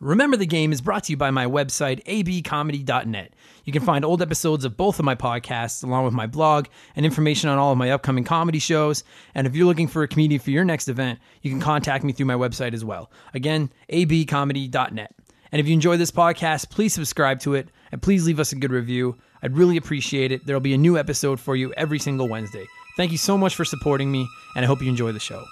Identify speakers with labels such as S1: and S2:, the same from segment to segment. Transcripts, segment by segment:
S1: Remember the Game is brought to you by my website, abcomedy.net. You can find old episodes of both of my podcasts, along with my blog and information on all of my upcoming comedy shows. And if you're looking for a comedian for your next event, you can contact me through my website as well. Again, abcomedy.net. And if you enjoy this podcast, please subscribe to it and please leave us a good review. I'd really appreciate it. There'll be a new episode for you every single Wednesday. Thank you so much for supporting me, and I hope you enjoy the show.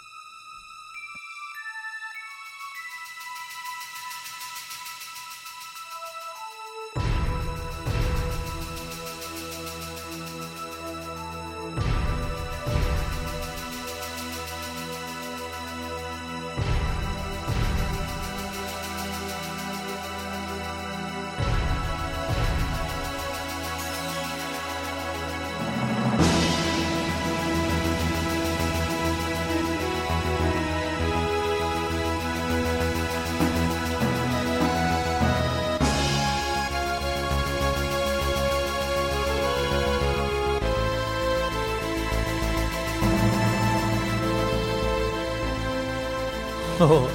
S1: Oh,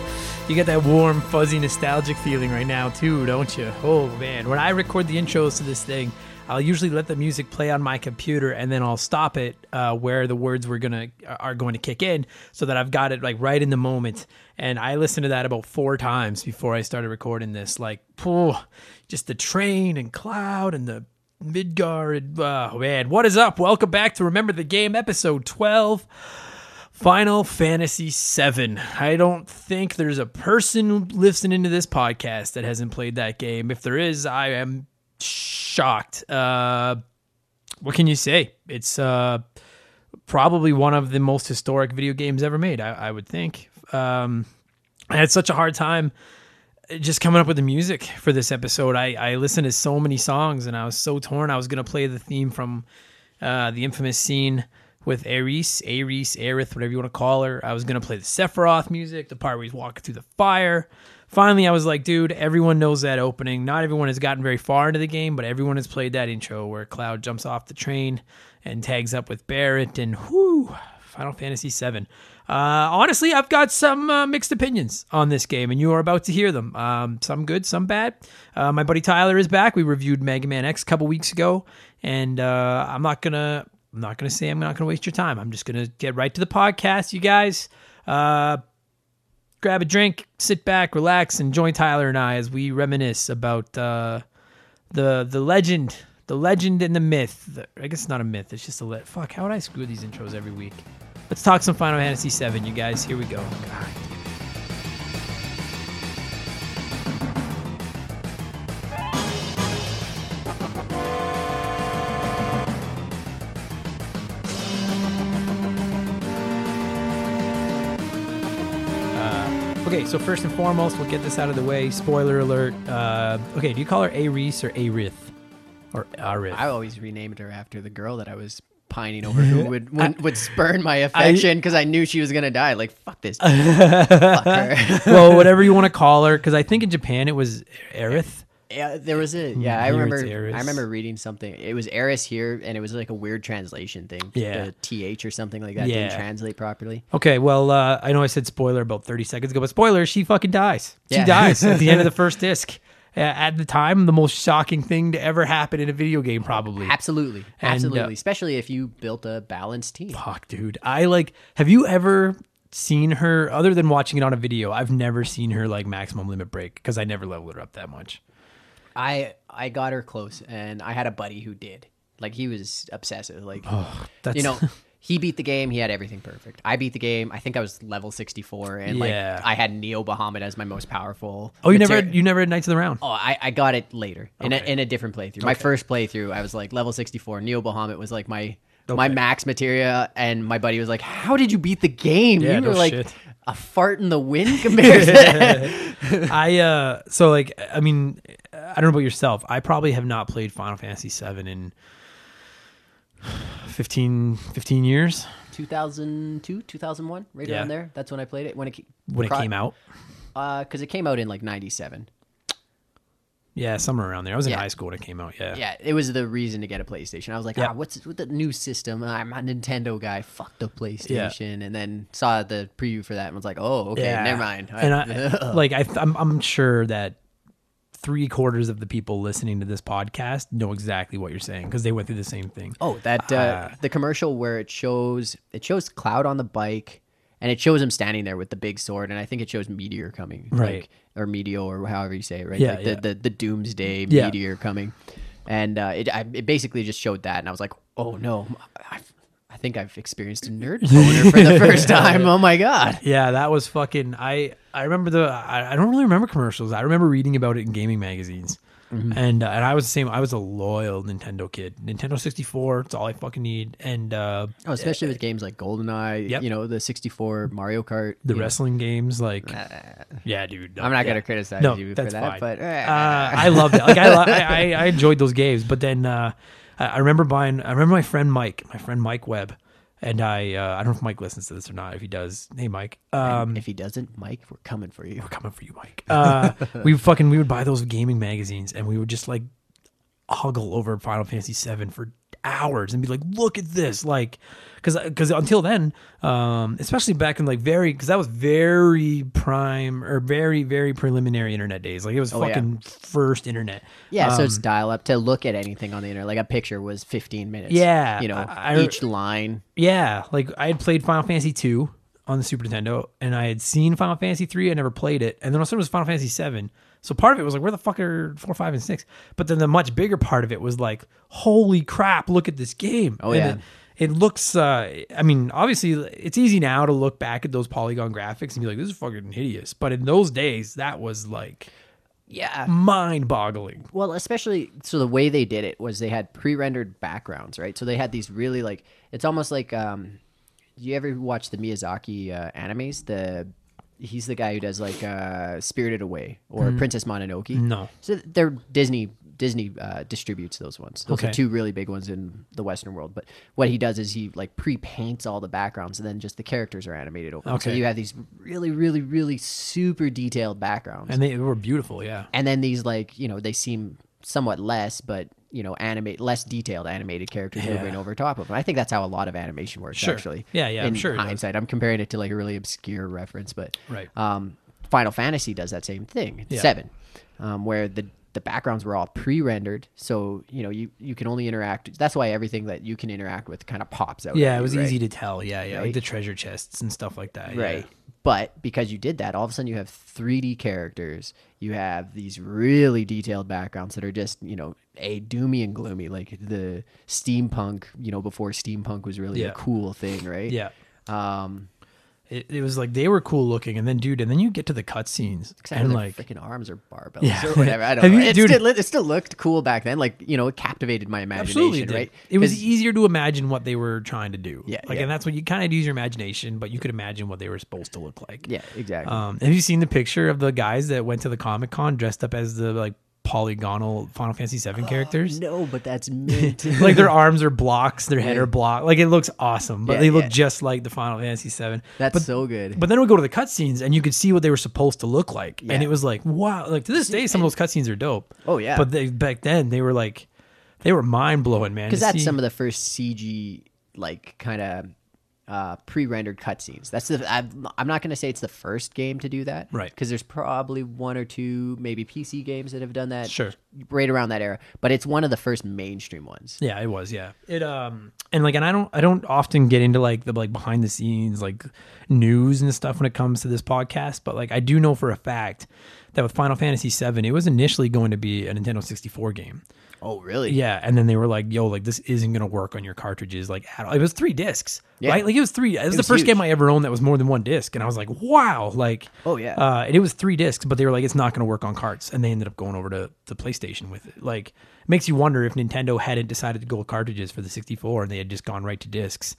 S1: you get that warm, fuzzy, nostalgic feeling right now, too, don't you? Oh, man. When I record the intros to this thing, I'll usually let the music play on my computer and then I'll stop it uh, where the words were gonna uh, are going to kick in so that I've got it like right in the moment. And I listened to that about four times before I started recording this. Like, phew, just the train and cloud and the Midgard. Oh, man. What is up? Welcome back to Remember the Game, episode 12. Final Fantasy VII. I don't think there's a person listening to this podcast that hasn't played that game. If there is, I am shocked. Uh, what can you say? It's uh, probably one of the most historic video games ever made. I, I would think. Um, I had such a hard time just coming up with the music for this episode. I, I listened to so many songs and I was so torn. I was gonna play the theme from uh, the infamous scene with Ares, Ares, Aerith, whatever you want to call her. I was gonna play the Sephiroth music, the part where he's walking through the fire. Finally, I was like, dude, everyone knows that opening. Not everyone has gotten very far into the game, but everyone has played that intro where Cloud jumps off the train and tags up with Barrett and whoo, Final Fantasy VII. Uh, honestly, I've got some uh, mixed opinions on this game, and you are about to hear them. Um, some good, some bad. Uh, my buddy Tyler is back. We reviewed Mega Man X a couple weeks ago, and uh, I'm not gonna, I'm not gonna say I'm not gonna waste your time. I'm just gonna get right to the podcast, you guys. Uh, grab a drink, sit back, relax, and join Tyler and I as we reminisce about uh, the the legend, the legend and the myth. The- I guess it's not a myth; it's just a lit. Fuck, how would I screw these intros every week? Let's talk some Final Fantasy VII, you guys. Here we go. God. Uh, Okay, so first and foremost, we'll get this out of the way. Spoiler alert. Uh, okay, do you call her Ares or Arith? Or Arith?
S2: I always renamed her after the girl that I was pining over who would would, would spurn my affection because I, knew she was gonna die. Like fuck this, fuck her.
S1: well, whatever you want to call her, because I think in Japan it was Aerith.
S2: yeah, there was a yeah. I
S1: Mm, Here it's
S2: remember.
S1: Eris.
S2: I remember reading something. It was Eris here, and it was like a weird translation thing.
S1: Yeah.
S2: the th or something like that
S1: Yeah.
S2: didn't translate properly.
S1: Okay, well, uh, I know I said spoiler about 30 seconds ago, but spoiler, she fucking dies. She
S2: Yeah.
S1: dies at the end of the first disc. Uh, at the time, the most shocking thing to ever happen in a video game, probably.
S2: Absolutely,
S1: And, uh,
S2: absolutely. Especially if you built a balanced team.
S1: Fuck, dude. I like. Have you ever seen her other than watching it on a video? I've never seen her like maximum limit break because I never leveled her up that much.
S2: I I got her close, and I had a buddy who did. Like he was obsessive. Like
S1: That's
S2: you know he beat the game he had everything perfect i beat the game i think i was level 64 and
S1: Yeah.
S2: like i had neo bahamut as my most powerful
S1: Oh, you never
S2: mater-
S1: had, you never had Knights of the Round.
S2: oh I, I got it later in,
S1: Okay.
S2: a, in a different playthrough my first playthrough i was like level 64 neo bahamut was like my my
S1: Okay.
S2: max materia and my buddy was like how did you beat the game
S1: Yeah,
S2: you
S1: no
S2: were like
S1: shit.
S2: a fart in the wind compared to that.
S1: I uh so like I mean I don't know about yourself. I probably have not played Final Fantasy 7 in 15 15 years
S2: 2002 2001 right
S1: Yeah.
S2: around there that's when i played it when it, ca-
S1: when it
S2: pro-
S1: came out.
S2: uh because it came out in like 97
S1: Yeah, somewhere around there. I was in
S2: Yeah.
S1: high school when it came out. Yeah.
S2: Yeah, it was the reason to get a PlayStation. I was like,
S1: Yeah.
S2: ah, what's with the new system? I'm a Nintendo guy. Fuck the PlayStation. And then saw the preview for that and was like, oh, okay,
S1: Yeah.
S2: never mind.
S1: And I, like I, I'm, I'm sure that three quarters of the people listening to this podcast know exactly what you're saying because they went through the same thing.
S2: Oh, that uh,
S1: Ah.
S2: the commercial where it shows it shows Cloud on the bike, and it shows him standing there with the big sword, and I think it shows Meteor coming,
S1: Right.
S2: Like, or Meteor, or however you say it, right?
S1: Yeah,
S2: like the,
S1: yeah.
S2: the the Doomsday
S1: Yeah.
S2: Meteor coming, and uh, it I, it basically just showed that, and I was like, oh no, I, I think I've experienced a nerd boner for the first time. Oh my god.
S1: Yeah, that was fucking. I I remember the. I, I don't really remember commercials. I remember reading about it in gaming magazines,
S2: Mm-hmm.
S1: and uh, and I was the same. I was a loyal Nintendo kid. Nintendo sixty four. It's all I fucking need. And uh,
S2: Oh, especially with games like GoldenEye,
S1: Yep.
S2: you know, the 64 Mario Kart.
S1: the
S2: you know.
S1: wrestling games, like yeah, dude. no,
S2: I'm not
S1: yeah.
S2: gonna criticize
S1: No,
S2: you for
S1: that's
S2: that,
S1: fine.
S2: but eh,
S1: uh, I loved it. Like I, lo- I, I, I enjoyed those games. But then uh, I, I remember buying. I remember my friend Mike, my friend Mike Webb, and I. Uh, I don't know if Mike listens to this or not. If he does, hey Mike. Um,
S2: if he doesn't, Mike, we're coming for you.
S1: we're coming for you, Mike. Uh, we fucking we would buy those gaming magazines and we would just like huggle over Final Fantasy VII for hours and be like, look at this, like, because because until then, um, especially back in like very because that was very prime or very very preliminary internet days, like it was
S2: yeah.
S1: fucking first internet.
S2: Yeah, so it's dial up to look at anything on the internet. Like a picture was 15 minutes.
S1: Yeah,
S2: you know,
S1: I- I-
S2: each line.
S1: Yeah, like I had played Final Fantasy two on the Super Nintendo, and I had seen Final Fantasy three. I never played it, and then all of a sudden it was Final Fantasy seven. So part of it was like, where the fuck are four, five, and six? But then the much bigger part of it was like, holy crap, look at this game! Oh
S2: yeah.
S1: it, it looks. Uh, I mean, obviously it's easy now to look back at those polygon graphics and be like, this is fucking hideous. But in those days, that was like
S2: Yeah.
S1: mind-boggling.
S2: Well, especially so the way they did it was they had pre-rendered backgrounds, right? So they had these really like it's almost like um do you ever watch the Miyazaki uh, animes? The he's the guy who does like uh Spirited Away or Princess Mononoke.
S1: No.
S2: So they're Disney Disney uh, distributes those ones. Those
S1: Okay.
S2: are two really big ones in the Western world. But what he does is he like pre-paints all the backgrounds, and then just the characters are animated over. them. So
S1: Okay.
S2: you have these really, really, really super detailed backgrounds, and,
S1: And they were beautiful, yeah.
S2: then these like you know they seem somewhat less, but you know animate less detailed animated characters
S1: Yeah.
S2: moving over top of them. I think that's how a lot of animation works.
S1: Sure.
S2: Actually,
S1: Yeah, yeah, I'm
S2: In
S1: sure it does.
S2: hindsight, I'm comparing it to like a really obscure reference, but
S1: Right.
S2: um, Final Fantasy does that same thing.
S1: Yeah.
S2: Seven, um, where the the backgrounds were all pre-rendered, so you know you you can only interact. That's why everything that you can interact with kind of pops out.
S1: Yeah,
S2: at
S1: it
S2: you,
S1: was
S2: right?
S1: easy to tell. Yeah, yeah, like
S2: Right.
S1: the treasure chests and stuff like that. yeah.
S2: right? But because you did that, all of a sudden you have 3D characters. You have these really detailed backgrounds that are just you know a doomy and gloomy, like the steampunk. You know before steampunk was really
S1: Yeah.
S2: a cool thing, right?
S1: Yeah.
S2: Um,
S1: It, it was like they were cool looking, and then dude, and then you get to the cutscenes
S2: Except
S1: and
S2: their
S1: like
S2: freaking arms or barbells
S1: Yeah.
S2: or whatever. I
S1: Have
S2: don't know.
S1: you-
S2: it,
S1: dude-
S2: still, it still looked cool back then. Like you know, it captivated my imagination.
S1: absolutely did.
S2: right?
S1: It was e
S2: 'Cause-
S1: easier to imagine what they were trying to do.
S2: Yeah,
S1: like
S2: yeah.
S1: and that's when you kind of use your imagination, but you could imagine what they were supposed to look like.
S2: yeah, exactly.
S1: Um, have you seen the picture of the guys that went to the Comic Con dressed up as the like polygonal Final Fantasy VII
S2: Uh,
S1: characters?
S2: no, but that's mint.
S1: like their arms are blocks, their head are blocked. Like it looks awesome, but
S2: Yeah,
S1: they look
S2: yeah.
S1: just like the Final Fantasy VII.
S2: that's
S1: but
S2: so good.
S1: But then we go to the cutscenes, and you could see what they were supposed to look like,
S2: Yeah.
S1: and it was like, wow! Like to this day, some of those cutscenes are dope.
S2: Oh, yeah.
S1: but they, back then they were like, they were mind blowing, man.
S2: Because
S1: to
S2: that's
S1: see-
S2: some of the first CG like kind of uh, pre-rendered cutscenes. That's the. I'm, I'm not going to say it's the first game to do that,
S1: Right.
S2: Because there's probably one or two, maybe PC games that have done that,
S1: Sure.
S2: right around that era. But it's one of the first mainstream ones.
S1: Yeah, it was. Yeah, it um and like and I don't I don't often get into like the like behind the scenes like news and stuff when it comes to this podcast, but like I do know for a fact that with Final Fantasy VII, it was initially going to be a Nintendo sixty four game.
S2: Oh, really?
S1: Yeah, and then they were like, "Yo, like this isn't gonna work on your cartridges like at all." It was three discs,
S2: Yeah.
S1: right? Like it was three. It was, the
S2: was
S1: first
S2: huge.
S1: game I ever owned that was more than one disc, and I was like, "Wow!" Like,
S2: Oh, yeah.
S1: uh, and it was three discs, but they were like, "It's not gonna work on carts," and they ended up going over to the PlayStation with it. Like, it makes you wonder if Nintendo hadn't decided to go with cartridges for the 64 and they had just gone right to discs.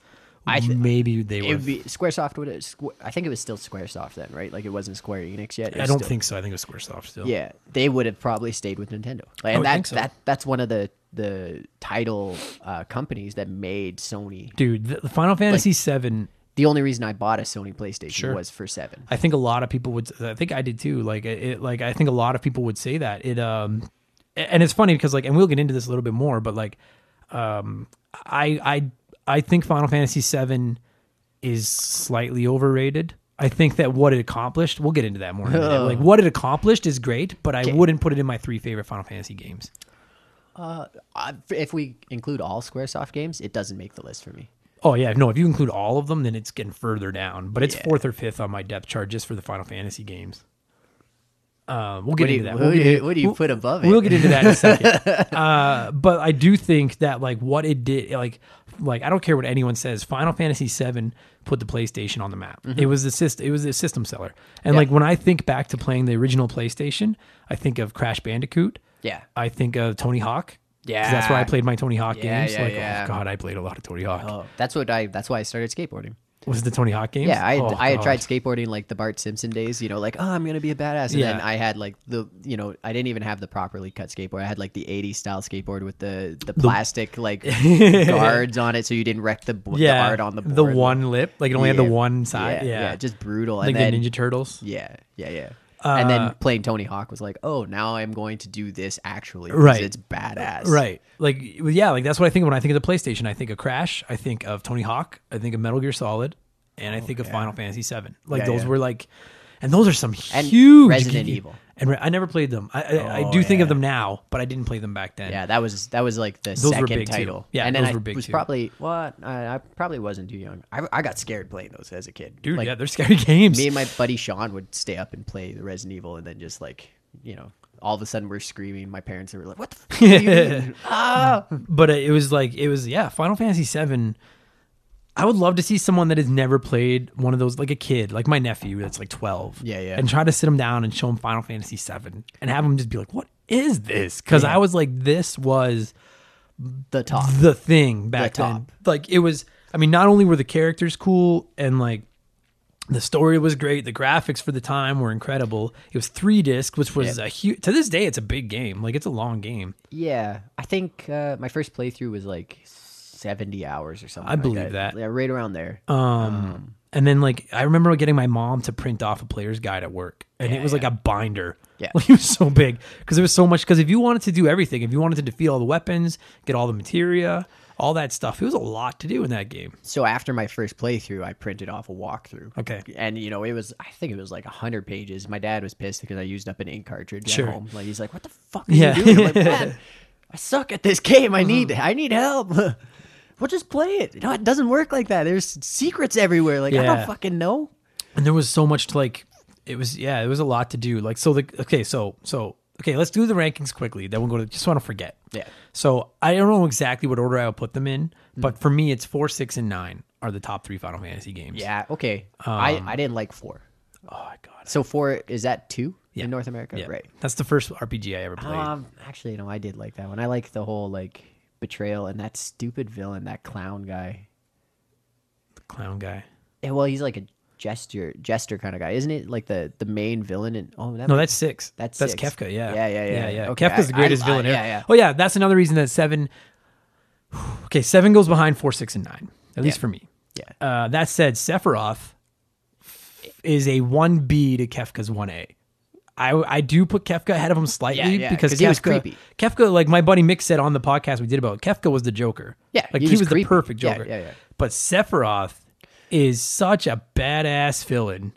S1: I maybe they
S2: It
S1: were.
S2: would be SquareSoft would. Have, Squ- I think it was still SquareSoft then, right? Like it wasn't Square Enix yet. It
S1: I
S2: was
S1: don't
S2: still-
S1: think so. I think it was SquareSoft still.
S2: Yeah, they would have probably stayed with Nintendo. Like, and
S1: would
S2: that
S1: think so.
S2: that that's one of the the title uh, companies that made Sony.
S1: dude, the the Final Fantasy VII.
S2: The only reason I bought a Sony PlayStation was for Seven.
S1: I think a lot of people would. I think I did too. Like it, it- like I think a lot of people would say that it. Um, and it's funny because like, and we'll get into this a little bit more, but like, um, I I I think Final Fantasy VII is slightly overrated. I think that what it accomplished, we'll get into that more. In a minute. Like what it accomplished is great, but I wouldn't put it in my three favorite Final Fantasy games.
S2: Uh, if we include all SquareSoft games, it doesn't make the list for me.
S1: Oh yeah, no. If you include all of them, then it's getting further down. But it's
S2: Yeah.
S1: fourth or fifth on my depth chart just for the Final Fantasy games. Uh, we'll get
S2: What do
S1: into
S2: you-
S1: that.
S2: what
S1: We'll
S2: do
S1: get
S2: you-
S1: into-
S2: what do you
S1: we'll-
S2: put above
S1: We'll
S2: it?
S1: get into that in a second. uh, but I do think that like what it did, like like I don't care what anyone says. Final Fantasy VII put the PlayStation on the map. It was the system. It was the system seller. And
S2: Mm-hmm. Yeah.
S1: like when I think back to playing the original PlayStation, I think of Crash Bandicoot.
S2: Yeah.
S1: I think of Tony Hawk. 'Cause that's where I
S2: Yeah.
S1: played my Tony Hawk
S2: Yeah,
S1: games.
S2: yeah,
S1: like
S2: yeah.
S1: oh god, I played a lot of Tony Hawk.
S2: Oh, that's what I. That's why I started skateboarding.
S1: Was it the Tony Hawk games?
S2: Yeah, I had,
S1: Oh,
S2: I had
S1: God.
S2: tried skateboarding like the Bart Simpson days. You know, like oh, I'm gonna be a badass. And then
S1: Yeah.
S2: I had like the you know I didn't even have the properly cut skateboard. I had like the '80s style skateboard with the the plastic like guards on it, so you didn't wreck the, b-
S1: yeah,
S2: the art on the board.
S1: one lip, like it only had
S2: Yeah.
S1: the one side. Yeah,
S2: just brutal.
S1: like
S2: and then
S1: the Ninja Turtles.
S2: Yeah, yeah, yeah. and
S1: Uh,
S2: then playing Tony Hawk was like, oh, now I'm going to do this actually. 'cause
S1: Right.
S2: It's badass.
S1: Right, like yeah, like that's what I think of when I think of the PlayStation. I think of Crash, I think of Tony Hawk, I think of Metal Gear Solid, and I think of Final Fantasy Seven. Like
S2: Yeah,
S1: those
S2: yeah.
S1: were like, and those are some
S2: And
S1: huge
S2: Resident Evil. Oh,
S1: And re- I never played them. I, I, I do think of them now, but I didn't play them back then.
S2: Yeah, that was that was like the
S1: were
S2: second
S1: big, too.
S2: title.
S1: Yeah,
S2: and then
S1: those
S2: I
S1: were big,
S2: was
S1: too.
S2: probably what I, I probably wasn't too young. I, I got scared playing those as a kid.
S1: dude.
S2: like,
S1: yeah, they're scary games.
S2: me and my buddy Sean would stay up and play the Resident Evil, and then just like you know, all of a sudden we're screaming. My parents were like, "What the fuck?" do you mean?" ah!
S1: but uh, it was like it was yeah final fantasy 7 i would love to see someone that has never played one of those like a kid like my nephew that's like 12
S2: Yeah, yeah.
S1: and try to sit him down and show him final fantasy 7 and have him just be like what is this because i was like this was
S2: The top.
S1: the thing back
S2: The
S1: then
S2: top.
S1: like it was i mean not only were the characters cool and like the story was great the graphics for the time were incredible it was three disc which was a huge to this day it's a big game like it's a long game
S2: Yeah, I think uh, my first playthrough was like seventy hours or something.
S1: I
S2: like
S1: believe that.
S2: Yeah, right around there.
S1: Um, and then like I remember getting my mom to print off a player's guide at work, and it was like a binder.
S2: Yeah.
S1: like, it was so big because there was so much. Because if you wanted to do everything, if you wanted to defeat all the weapons, get all the materia, all that stuff, it was a lot to do in that game.
S2: so after my first playthrough, I printed off a walkthrough.
S1: Okay.
S2: And you know, it was I think it was like hundred pages. My dad was pissed because I used up an ink cartridge
S1: Sure.
S2: at home. Like he's like, "What the fuck are
S1: Yeah. Mm-hmm.
S2: you doing?" I'm like, "Man, I suck at this game. I need I need help. well, just play it. No, it doesn't work like that. There's secrets everywhere. Like I
S1: Yeah.
S2: don't fucking know.
S1: And there was so much to like. It was yeah, it was a lot to do. Like so the okay, so so okay, let's do the rankings quickly. Then we'll go to just want to forget.
S2: Yeah. Mm.
S1: So I don't know exactly what order I'll put them in, but for me, it's four, six, and nine are the top three Final Fantasy games.
S2: Yeah. Okay. I I didn't like
S1: Um,
S2: four.
S1: Oh my god.
S2: So four is that two
S1: Yeah.
S2: in North America?
S1: Yeah.
S2: Right.
S1: That's the first RPG I ever played.
S2: Um, actually, no, I did like that one. I like the whole like betrayal and that stupid villain, that clown guy.
S1: clown guy.
S2: Yeah, well, he's like a jester, jester kind of guy, isn't it? Like the the main villain. And oh, that
S1: No,
S2: might-
S1: that's six.
S2: That's
S1: that's
S2: six.
S1: Kefka. Yeah,
S2: Yeah, yeah, yeah.
S1: yeah.
S2: Okay,
S1: Kefka's the
S2: I-
S1: greatest
S2: I-
S1: villain.
S2: I-
S1: ever.
S2: yeah, yeah.
S1: Oh yeah, that's another reason that seven. Okay, seven goes behind four, six, and nine. At least for me.
S2: yeah.
S1: Uh, that said, Sephiroth is a one B to Kefka's one A. I, I do put Kefka ahead of him slightly
S2: Yeah, yeah,
S1: because
S2: 'cause he was
S1: Kefka-
S2: creepy.
S1: Kefka, like my buddy Mick said on the podcast we did about it, Kefka was the Joker.
S2: Yeah,
S1: like
S2: he
S1: he,
S2: was
S1: was, the
S2: creepy.
S1: perfect
S2: Yeah,
S1: Joker.
S2: yeah, yeah.
S1: But Sephiroth is such a badass villain.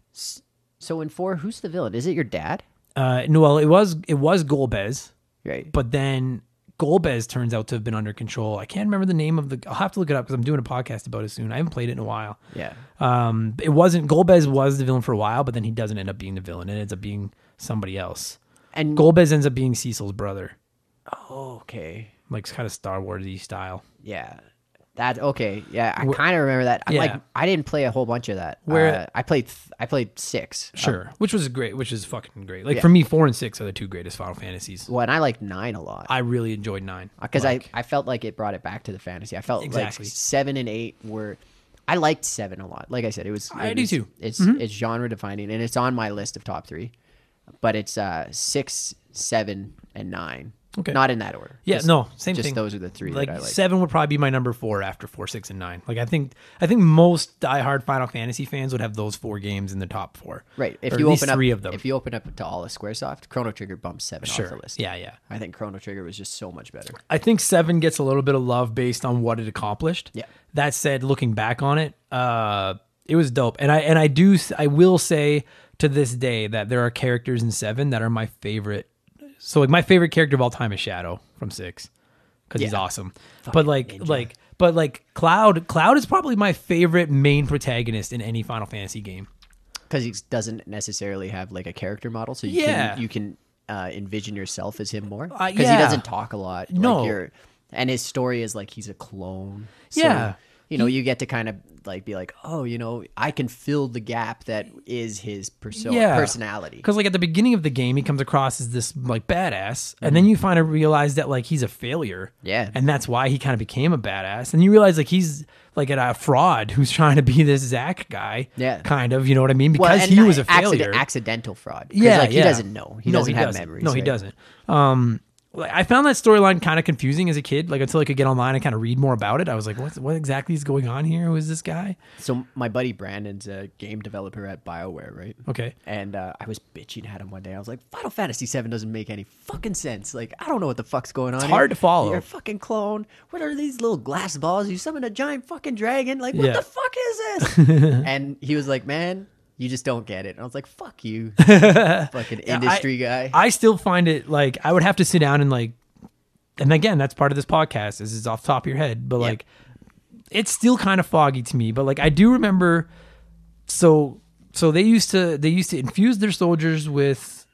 S2: So in four, who's the villain? Is it your dad?
S1: Uh, no, well, it was it was Golbez,
S2: Right.
S1: but then Golbez turns out to have been under control. I can't remember the name of the. I'll have to look it up because I'm doing a podcast about it soon. I haven't played it in a while.
S2: yeah.
S1: Um, it wasn't Golbez was the villain for a while, but then he doesn't end up being the villain. It ends up being somebody else.
S2: And
S1: Golbez ends up being Cecil's brother,
S2: oh, okay.
S1: like kind of Star Warsy style.
S2: Yeah. That okay. Yeah, I kind of remember that. I'm
S1: yeah.
S2: like I didn't play a whole bunch of that.
S1: Where-
S2: Uh, I played th- I played 6. Uh,
S1: Sure, which was great, which is fucking great. Like for me, four and six are the two greatest Final Fantasies.
S2: well, and I liked 9 a lot.
S1: I really enjoyed nine
S2: because
S1: Like,
S2: I, I felt like it brought it back to the fantasy. I felt
S1: Exactly.
S2: like seven and eight were. I liked seven a lot. Like I said, it was.
S1: I
S2: it
S1: do
S2: was-
S1: too. Mm-hmm.
S2: It's it's genre defining, and it's on my list of top three, but it's uh six, seven, and nine.
S1: Okay.
S2: not in that order.
S1: yeah,
S2: Just-
S1: no, same
S2: just
S1: thing.
S2: those are the three
S1: like
S2: that I like.
S1: seven would probably be my number four after four, six, and nine. Like I think I think most diehard Final Fantasy fans would have those four games in the top four.
S2: right. If
S1: Or
S2: you
S1: at least
S2: open up
S1: three of them,
S2: if you open up to all of SquareSoft, Chrono Trigger bumps seven
S1: sure,
S2: off the list.
S1: yeah, yeah.
S2: I think Chrono Trigger was just so much better.
S1: I think seven gets a little bit of love based on what it accomplished.
S2: Yeah.
S1: That said, looking back on it, uh, it was dope. And I and I do I will say to this day that there are characters in Seven that are my favorite. So like my favorite character of all time is Shadow from Six because he's
S2: Yeah.
S1: awesome. but like like but like Cloud Cloud is probably my favorite main protagonist in any Final Fantasy game.
S2: because he doesn't necessarily have like a character model, so you
S1: Yeah.
S2: can you can uh, envision yourself as him more
S1: Uh,
S2: because
S1: yeah.
S2: he doesn't talk a lot. like
S1: No.
S2: you're- and his story is like he's a clone. So,
S1: Yeah.
S2: you know, you get to kind of like be like, oh, you know, I can fill the gap that is his perso-
S1: Yeah.
S2: personality.
S1: Because like at the beginning of the game, he comes across as this like badass, and then you find out realize that like he's a failure.
S2: Mm-hmm. Yeah.
S1: and that's why he kind of became a badass. And you realize like he's like a fraud who's trying to be this Zach guy.
S2: Yeah.
S1: kind of. You know what I mean? Because
S2: and
S1: he was a
S2: not accident-
S1: failure.
S2: accidental fraud. 'Cause,
S1: yeah,
S2: like, he
S1: yeah.
S2: doesn't know. He
S1: No,
S2: doesn't have memories.
S1: No, he
S2: right?
S1: doesn't. Um, like, I found that storyline kind of confusing as a kid. Like until I could get online and kind of read more about it, I was like, what what exactly is going on here? Who is this guy?
S2: So my buddy Brandon's a game developer at Bioware, right?
S1: Okay.
S2: And uh, I was bitching at him one day. I was like, Final Fantasy VII doesn't make any fucking sense. Like, I don't know what the fuck's going on. It's
S1: hard to follow.
S2: You're a fucking clone. What are these little glass balls? You summon a giant fucking dragon. Like, what
S1: Yeah.
S2: the fuck is this? and he was like, man, you just don't get it. And I was like, fuck you, fucking industry
S1: I-
S2: guy.
S1: I still find it like I would have to sit down and like, and again, that's part of this podcast. This is off the top of your head, but
S2: Yeah.
S1: like, it's still kind of foggy to me. But like, I do remember. So so they used to they used to infuse their soldiers with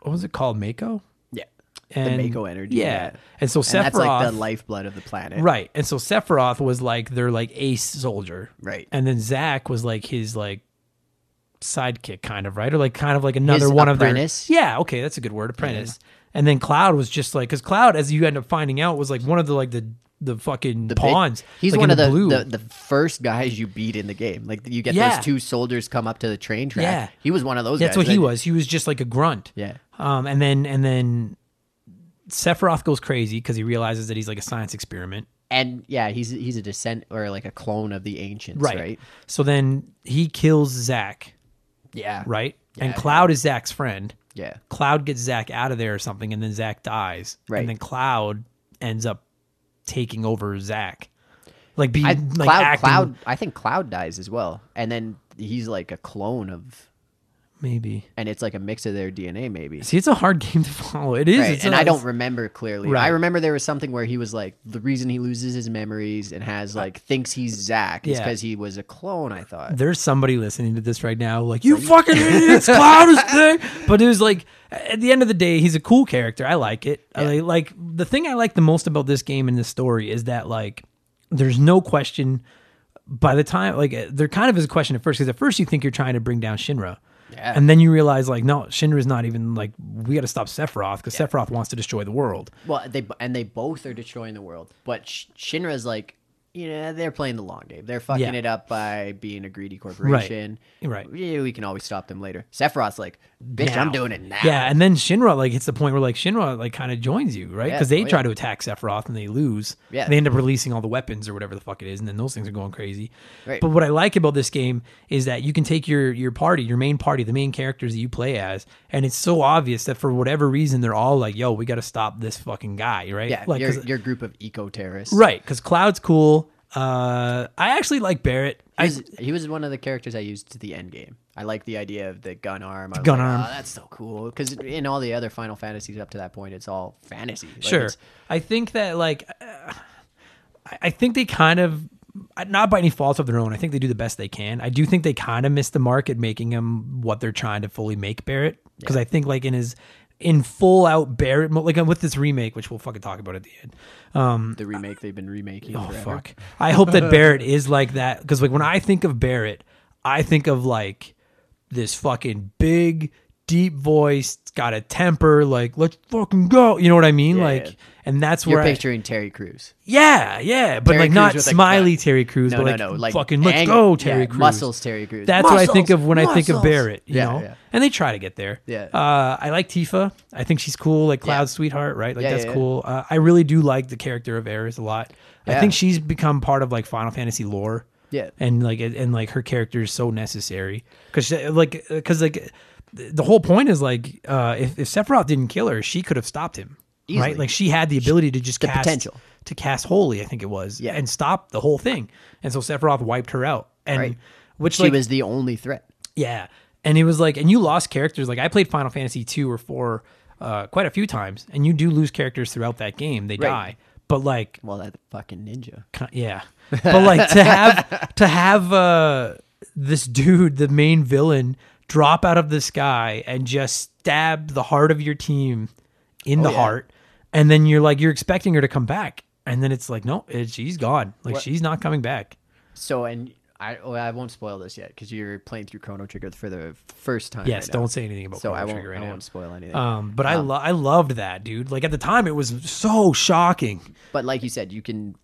S1: what was it called Mako
S2: yeah.
S1: and
S2: Mako energy,
S1: Yeah,
S2: yeah.
S1: and so
S2: And
S1: Sephiroth
S2: that's like the lifeblood of the planet.
S1: right, and so Sephiroth was like their like ace soldier,
S2: Right.
S1: and then Zack was like his like sidekick kind of right or like kind of like another one
S2: apprentice?
S1: of their yeah okay that's a good word apprentice and then cloud was just like because cloud as you end up finding out was like one of the like the the fucking
S2: big-
S1: pawns
S2: He's
S1: like,
S2: one
S1: in
S2: of the,
S1: blue
S2: the the first guys you beat in the game. Like you get
S1: Yeah.
S2: those two soldiers come up to the train track.
S1: Yeah.
S2: He was one of those
S1: that's
S2: guys.
S1: what he
S2: that-
S1: was he was just like a grunt
S2: Yeah.
S1: um and then and then sephiroth goes crazy because he realizes that he's like a science experiment
S2: And yeah, he's he's a descent or like a clone of the ancients, right?
S1: right, so then he kills Zack,
S2: Yeah.
S1: right and
S2: Yeah.
S1: cloud is Zack's friend
S2: Yeah.
S1: Cloud gets Zack out of there or something, and then Zack dies.
S2: Right.
S1: And then Cloud ends up taking over Zack. Like being
S2: I,
S1: like
S2: Cloud
S1: acting,
S2: Cloud I think Cloud dies as well. And then he's like a clone of
S1: maybe.
S2: and it's like a mix of their DNA maybe.
S1: See, it's a hard game to follow. It is,
S2: Right,
S1: it's
S2: and
S1: I
S2: I don't remember clearly.
S1: Right.
S2: I remember there was something where he was like, the reason he loses his memories and has like thinks he's Zack is
S1: Yeah.
S2: because he was a clone. I thought.
S1: There's somebody listening to this right now, like you fucking idiots, Cloud is there. But it was like, at the end of the day, he's a cool character. I like it. I like, like the thing I like the most about this game and this story is that like, there's no question. By the time, like, uh, there kind of is a question at first because at first you think you're trying to bring down Shinra.
S2: Yeah.
S1: And then you realize, like, no, Shinra's not even like we got to stop Sephiroth because Sephiroth wants to destroy the world.
S2: Well, they and they both are destroying the world, but Sh- Shinra's like, you know, they're playing the long game. They're fucking
S1: Yeah.
S2: it up by being a greedy corporation.
S1: Right.
S2: Yeah, we can always stop them later. Sephiroth's like, bitch,
S1: now.
S2: I'm doing it now.
S1: Yeah, and then Shinra like hits the point where like Shinra like kind of joins you, right?
S2: Yeah,
S1: Because they
S2: oh,
S1: try
S2: yeah.
S1: to attack Sephiroth and they lose.
S2: Yeah.
S1: they end up releasing all the weapons or whatever the fuck it is, and then those things are going crazy.
S2: Right.
S1: But what I like about this game is that you can take your your party, your main party, the main characters that you play as, and it's so obvious that for whatever reason they're all like, "Yo, we got to stop this fucking guy," right?
S2: yeah.
S1: like
S2: your,
S1: 'cause-
S2: your group of eco terrorists.
S1: right because Cloud's cool. Uh, I actually like Barrett.
S2: He
S1: I,
S2: was, he was one of the characters I used to the end game. I like the idea of the gun arm. I was
S1: gun
S2: like,
S1: arm.
S2: Oh, that's so cool. Because in all the other Final Fantasies up to that point, it's all fantasy. Like,
S1: sure.
S2: it's-
S1: I think that like uh, I- I think they kind of not by any fault of their own. I think they do the best they can. I do think they kind of missed the mark at making him what they're trying to fully make Barrett because I think like in his in full out Barrett mo- like with this remake, which we'll fucking talk about at the end.
S2: the remake they've been remaking.
S1: Oh
S2: forever.
S1: fuck! I hope that Barrett is like that because like when I think of Barrett, I think of like this fucking big, deep voice, got a temper, like let's fucking go. You know what I mean?
S2: Yeah,
S1: like,
S2: yeah.
S1: and that's where
S2: You're
S1: I,
S2: picturing Terry Crews.
S1: yeah, yeah, but
S2: Terry
S1: like
S2: Crews
S1: not
S2: with a
S1: smiley
S2: gun.
S1: Terry Crews, but
S2: No, no,
S1: like,
S2: no, like
S1: fucking let's
S2: anger-
S1: go, Terry
S2: yeah,
S1: Crews.
S2: muscles, Terry Crews.
S1: That's what I think of when I think of
S2: muscles.
S1: Barrett. You
S2: Yeah,
S1: know,
S2: yeah.
S1: and they try to get there.
S2: Yeah.
S1: uh, I like Tifa. I think she's cool, like Cloud's sweetheart, right? Like
S2: Yeah,
S1: that's
S2: yeah, yeah.
S1: cool. Uh, I really do like the character of Ares a lot. I
S2: Yeah.
S1: think she's become part of like Final Fantasy lore.
S2: Yeah.
S1: and like and and, like her character is so necessary because like because like the whole point is like uh, if if Sephiroth didn't kill her, she could have stopped him.
S2: Easily.
S1: Right, like she had the ability to just cast
S2: potential.
S1: to cast holy, I think it was,
S2: Yeah.
S1: and stop the whole thing. And so Sephiroth wiped her out. And
S2: Right.
S1: which
S2: She
S1: like
S2: was the only threat.
S1: yeah. And it was like, and you lost characters. Like I played Final Fantasy two or four uh, quite a few times, and you do lose characters throughout that game. They die. But like,
S2: Well, that fucking ninja.
S1: ki- yeah. But like to have to have uh, this dude, the main villain, drop out of the sky and just stab the heart of your team in the
S2: yeah.
S1: heart, and then you're like, you're expecting her to come back, and then it's like, no, it, she's gone. Like she's not coming back.
S2: So, and I well, I won't spoil this yet because you're playing through Chrono Trigger for the first time.
S1: Yes,
S2: right now.
S1: don't say anything about
S2: So
S1: Chrono
S2: I won't.
S1: Trigger right
S2: I
S1: now.
S2: won't spoil anything.
S1: Um, but I lo- I loved that dude. Like at the time, it was so shocking.
S2: but like you said, you can.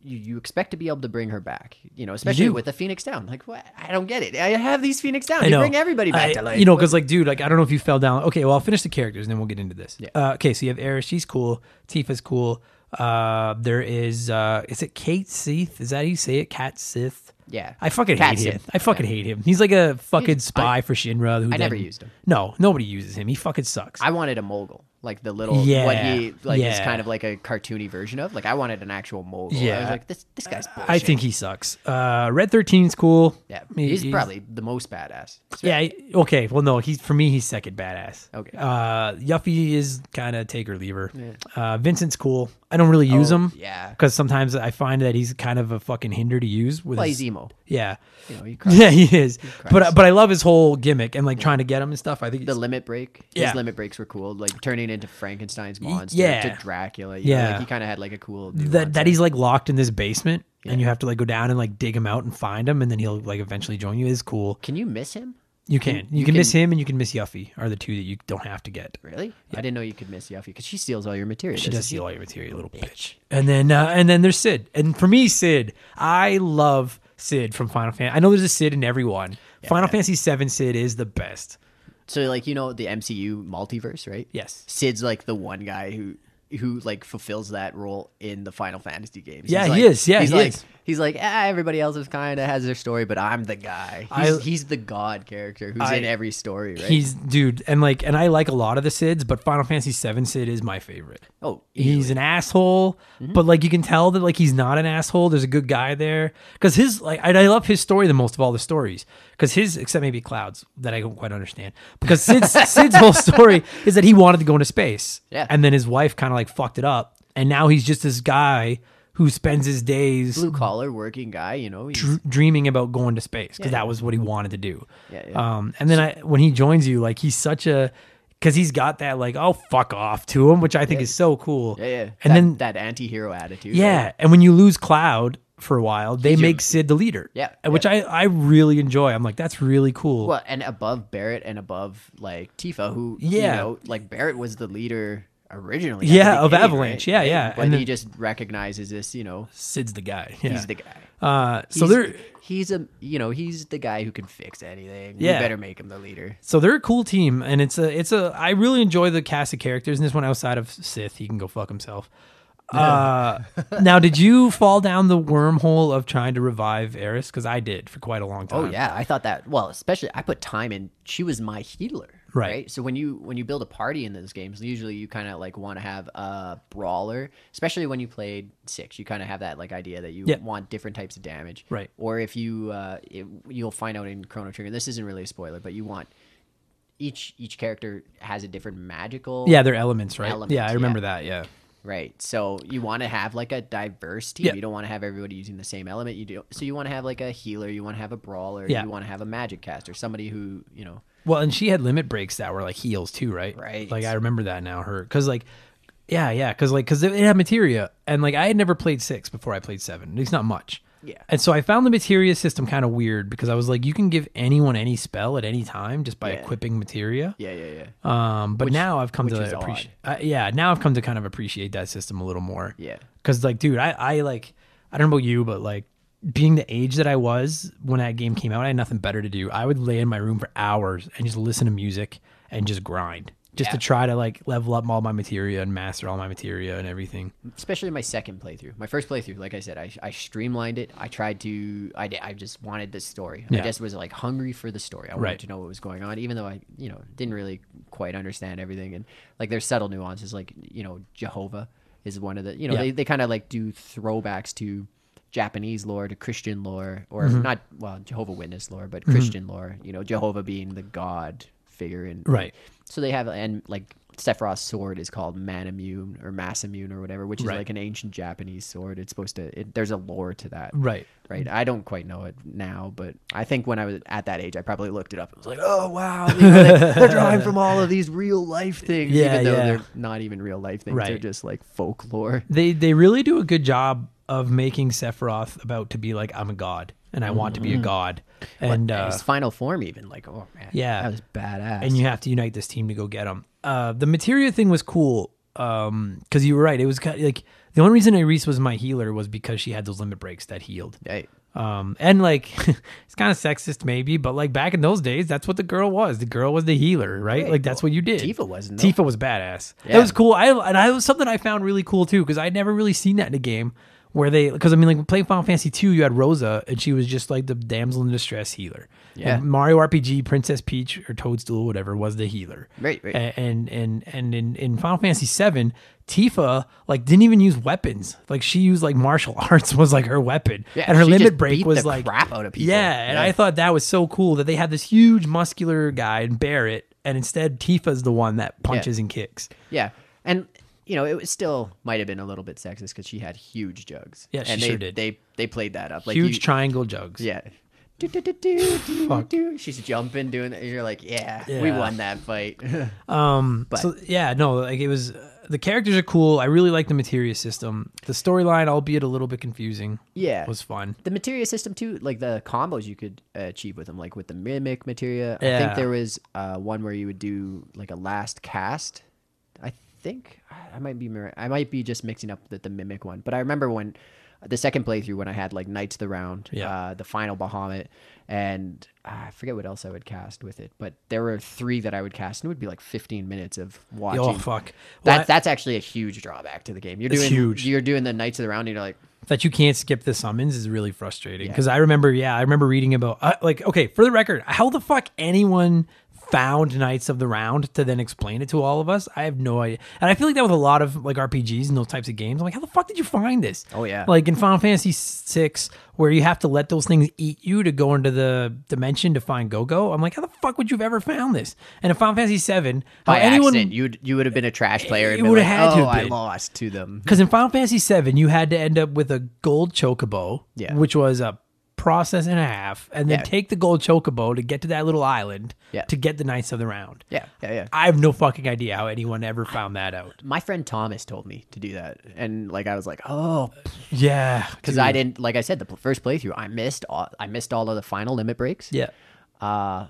S2: You, you expect to be able to bring her back, you know, especially
S1: do.
S2: with the Phoenix Down. Like, what? I don't get it. I have these Phoenix Down.
S1: I
S2: You
S1: know.
S2: bring everybody back
S1: I-
S2: to life.
S1: You know, because like, dude, like I don't know if you fell down. Okay, well, I'll finish the characters and then we'll get into this.
S2: Yeah.
S1: Uh, okay, so you have Eris. She's cool. Tifa's cool. Uh, there is uh, is it Kate Sith? Is that how you say it? Cat Sith.
S2: Yeah.
S1: I fucking
S2: Cat
S1: hate him.
S2: Sith.
S1: I fucking hate him. He's like a fucking
S2: He's-
S1: spy for Shinra. Who
S2: I never
S1: then-
S2: used him.
S1: No, nobody uses him. He fucking sucks.
S2: I wanted a mogul, like the little what
S1: Yeah,
S2: he like is
S1: yeah.
S2: kind of like a cartoony version of. Like I wanted an actual mogul. I was
S1: Yeah.
S2: like this this guy's bullshit.
S1: I think he sucks. Uh, Red 13's cool.
S2: yeah,
S1: He-
S2: he's, probably the most badass.
S1: Yeah. I- Okay. Well, no. He's for me. He's second badass.
S2: Okay.
S1: Uh, Yuffie is kind of take or leave her. Uh, Vincent's cool. I don't really use
S2: Oh,
S1: him.
S2: yeah.
S1: Because sometimes I find that he's kind of a fucking hinder to use with.
S2: Well,
S1: his,
S2: he's emo.
S1: yeah.
S2: You know, he cries.
S1: Yeah, he is. But but I love his whole gimmick and like trying to get him and stuff. I think.
S2: The
S1: he's-
S2: limit break.
S1: Yeah.
S2: His limit breaks were cool, like turning into Frankenstein's monster to
S1: yeah.
S2: Dracula. you know, like,
S1: Yeah.
S2: he kind of had like a cool
S1: that
S2: nuance.
S1: that he's like locked in this basement and you have to like go down and like dig him out and find him and then he'll like eventually join you is cool.
S2: Can you miss him?
S1: You can you,
S2: you
S1: can, miss
S2: can-
S1: him and you can miss Yuffie are the two that you don't have to get.
S2: Really? I didn't know you could miss Yuffie because she steals all your material.
S1: She
S2: doesn't
S1: does steal all your material, little bitch. And then uh, and then there's Sid. And for me, Sid, I love Sid from Final Fantasy. I know there's a Sid in everyone. Final Fantasy Seven Sid is the best.
S2: So like you know the MCU multiverse, right?
S1: Yes.
S2: Sid's like the one guy who who like fulfills that role in the Final Fantasy games.
S1: Yeah,
S2: he's
S1: he
S2: like-
S1: is. Yeah,
S2: he's
S1: he
S2: like
S1: is.
S2: he's like ah, everybody else is kind of has their story, but I'm the guy. He's,
S1: I-
S2: he's the god character who's
S1: I-
S2: in every story, right?
S1: He's dude, and like and I like a lot of the Sids, but Final Fantasy Seven Sid is my favorite.
S2: oh,
S1: He's an asshole,
S2: Mm-hmm.
S1: but like you can tell that like he's not an asshole. There's a good guy there because his like I, I love his story the most of all the stories because his except maybe clouds that I don't quite understand because Sid's, Sid's whole story is that he wanted to go into space
S2: Yeah.
S1: and then his wife kind of like fucked it up and now he's just this guy who spends his days
S2: blue collar working guy. You know, he's,
S1: dr- dreaming about going to space because that was what he wanted to do.
S2: Yeah, yeah.
S1: Um, and then I, when he joins you, like he's such a because he's got that like oh fuck off to him, which I think is so cool.
S2: yeah, yeah.
S1: And
S2: that,
S1: then
S2: that anti-hero attitude. right?
S1: yeah, and when you lose Cloud for a while, they
S2: your-
S1: make Sid the leader.
S2: Yeah,
S1: and which I I really enjoy. I'm like that's really cool.
S2: Well, and above Barrett and above like Tifa, who
S1: Yeah.
S2: you know, like Barrett was the leader originally. at the
S1: Yeah, of
S2: beginning,
S1: Avalanche.
S2: right?
S1: Yeah, yeah.
S2: But
S1: And
S2: he
S1: then-
S2: just recognizes this. You know,
S1: Sid's the guy. Yeah.
S2: he's the guy.
S1: Uh, so
S2: He's-
S1: they're
S2: he's a you know he's the guy who can fix anything.
S1: Yeah. Uh,
S2: We better make him the leader.
S1: so they're a cool team, and it's a it's a I really enjoy the cast of characters. And this one outside of Sith, he can go fuck himself. Uh, now, did you fall down the wormhole of trying to revive Eris? Because I did for quite a long time.
S2: Oh yeah, I thought that. Well, especially I put time in. She was my healer.
S1: Right.
S2: So when you when you build a party in those games, usually you kind of like want to have a brawler, especially when you played six. You kind of have that like idea that you
S1: Yeah.
S2: want different types of damage.
S1: Right.
S2: Or if you uh, it, you'll find out in Chrono Trigger. This isn't really a spoiler, but you want each each character has a different magical
S1: yeah, they're elements, right?
S2: Elements,
S1: yeah, I remember
S2: yeah.
S1: that. Yeah,
S2: Right. So you want to have like a diverse team.
S1: Yeah.
S2: You don't want to have everybody using the same element. You do. So you want to have like a healer. You want to have a brawler.
S1: Yeah.
S2: You want to have a magic caster. Somebody who you know.
S1: Well, and she had limit breaks that were like heels too, right?
S2: Right.
S1: Like I remember that now. Her because like, yeah, yeah, because like because it had materia, and like I had never played six before I played seven. At least not much.
S2: Yeah.
S1: And so I found the materia system kind of weird because I was like, you can give anyone any spell at any time just by
S2: Yeah.
S1: equipping materia.
S2: Yeah, yeah, yeah.
S1: Um, but now I've come
S2: which is
S1: to
S2: odd.
S1: appreciate. Uh, yeah, now I've come to kind of appreciate that system a little more.
S2: Yeah.
S1: Because like, dude, I I like I don't know about you, but like being the age that I was when that game came out, I had nothing better to do. I would lay in my room for hours and just listen to music and just grind. Just to
S2: Yeah.
S1: try to like level up all my materia and master all my materia and everything.
S2: Especially my second playthrough. My first playthrough, like I said, I, I streamlined it. I tried to. I, di- I just wanted the story.
S1: Yeah.
S2: I just was like hungry for the story. I wanted
S1: Right.
S2: to know what was going on, even though I you know didn't really quite understand everything. And like there's subtle nuances, like you know Jehovah is one of the you know
S1: Yeah.
S2: they they kind of like do throwbacks to Japanese lore to Christian lore, or
S1: Mm-hmm.
S2: not well Jehovah Witness lore, but Christian lore. You know, Jehovah being the god figure, and
S1: Right.
S2: So they have and like Sephiroth's sword is called Manimune or Massimune or whatever, which is
S1: Right.
S2: like an ancient Japanese sword. It's supposed to. It, there's a lore to that.
S1: Right.
S2: Right. I don't quite know it now, but I think when I was at that age, I probably looked it up. and was like, oh, wow. you know, they, they're drawing from all of these real life things,
S1: Yeah,
S2: even though
S1: yeah.
S2: they're not even real life things. They're
S1: Right.
S2: just like folklore.
S1: They they really do a good job of making Sephiroth about to be like I'm a god and I want to be a god and uh,
S2: His final form, even. Like, oh, man.
S1: Yeah.
S2: That was badass.
S1: and you have to unite this team to go get them. Uh, the materia thing was cool because you were right. It was kind like the only reason Iris was my healer was because she had those limit breaks that healed.
S2: Right.
S1: Um, and like it's kind of sexist maybe, but like back in those days, that's what the girl was. The girl was the healer, right?
S2: Right.
S1: Like that's what you did.
S2: Tifa wasn't, though.
S1: Tifa was badass.
S2: Yeah.
S1: That was cool. I and I was something I found really cool too because I'd never really seen that in a game where they because I mean like playing Final Fantasy two, you had Rosa and she was just like the damsel in distress healer.
S2: Yeah.
S1: And Mario RPG, Princess Peach or Toadstool, whatever, was the healer.
S2: Right, right.
S1: A- And and and in, in Final Fantasy seven, Tifa like didn't even use weapons. Like she used like martial arts was like her weapon.
S2: Yeah,
S1: and her
S2: she
S1: limit
S2: just
S1: break
S2: beat
S1: was
S2: the
S1: like
S2: crap out of people.
S1: Yeah, and
S2: Yeah.
S1: I thought that was so cool that they had this huge muscular guy and Barrett, and instead Tifa's the one that punches and kicks.
S2: Yeah, and you know it was still might have been a little bit sexist because she had huge jugs.
S1: Yeah, she
S2: and they,
S1: sure did.
S2: They they played that up like
S1: huge
S2: You,
S1: triangle jugs.
S2: yeah. Do, do, do, do, do,
S1: Fuck.
S2: do. She's jumping, doing that. You're like, yeah, we
S1: Yeah.
S2: won that fight.
S1: Um.
S2: But-
S1: so yeah, no, like it was. uh, The characters are cool. I really like the materia system. The storyline, albeit a little bit confusing,
S2: yeah.
S1: was fun.
S2: the materia system too, like the combos you could uh, achieve with them, like with the mimic materia. I
S1: Yeah.
S2: think there was uh, one where you would do like a last cast. I think I might be mir- I might be just mixing up the, the mimic one, but I remember when the second playthrough when I had like Knights of the Round,
S1: Yeah.
S2: uh, the final Bahamut, and uh, I forget what else I would cast with it, but there were three that I would cast, and it would be like 15 minutes of watching.
S1: Oh fuck! Well,
S2: That, that's actually a huge drawback to the game. You're
S1: It's
S2: doing
S1: huge.
S2: You're doing the Knights of the Round, and you're like,
S1: that you can't skip the summons is really frustrating because I remember, yeah, I remember reading about uh, like, okay, for the record, how the fuck anyone found Knights of the Round to then explain it to all of us? I have no idea, and I feel like that with a lot of like RPGs and those types of games. I'm like, how the fuck did you find this?
S2: Oh, yeah.
S1: like in Final Fantasy six, where you have to let those things eat you to go into the dimension to find Go Go. I'm like, how the fuck would you have ever found this? And in Final Fantasy seven, how
S2: by
S1: anyone
S2: accident, you'd you would have been a trash player.
S1: It
S2: And been
S1: would
S2: like,
S1: have had to
S2: oh,
S1: have
S2: I
S1: been."
S2: lost to them.
S1: Because in Final Fantasy VII, you had to end up with a gold chocobo,
S2: Yeah.
S1: which was a process and a half, and then
S2: Yeah.
S1: take the gold chocobo to get to that little island
S2: Yeah.
S1: to get the Knights of the Round.
S2: Yeah, yeah, yeah.
S1: I have no fucking idea how anyone ever found that out.
S2: My friend Thomas told me to do that, and like I was like, oh,
S1: Yeah,
S2: because I didn't. Like I said, the pl- first playthrough, I missed all. I missed all of the final limit breaks.
S1: yeah.
S2: I,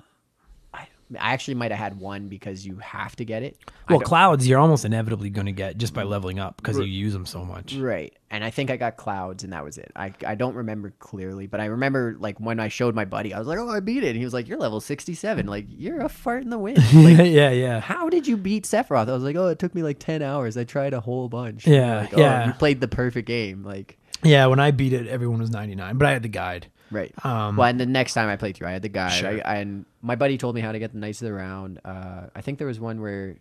S2: I actually might have had one because you have to get it. I
S1: Well, clouds you're almost inevitably going to get just by leveling up because you use them so much.
S2: Right. And I think I got clouds and that was it. I, I don't remember clearly, but I remember like when I showed my buddy, I was like, Oh, I beat it. And he was like, You're level sixty seven, like you're a fart in the wind. Like
S1: yeah, yeah.
S2: how did you beat Sephiroth? I was like, Oh, it took me like ten hours. I tried a whole bunch.
S1: Yeah,
S2: Like, oh,
S1: yeah.
S2: you played the perfect game, like
S1: Yeah, when I beat it, everyone was 99, but I had the guide.
S2: Right.
S1: Um,
S2: well, and the next time I played through, I had the guide.
S1: Sure.
S2: I, and my buddy told me how to get the Knights of the Round. Uh, I think there was one where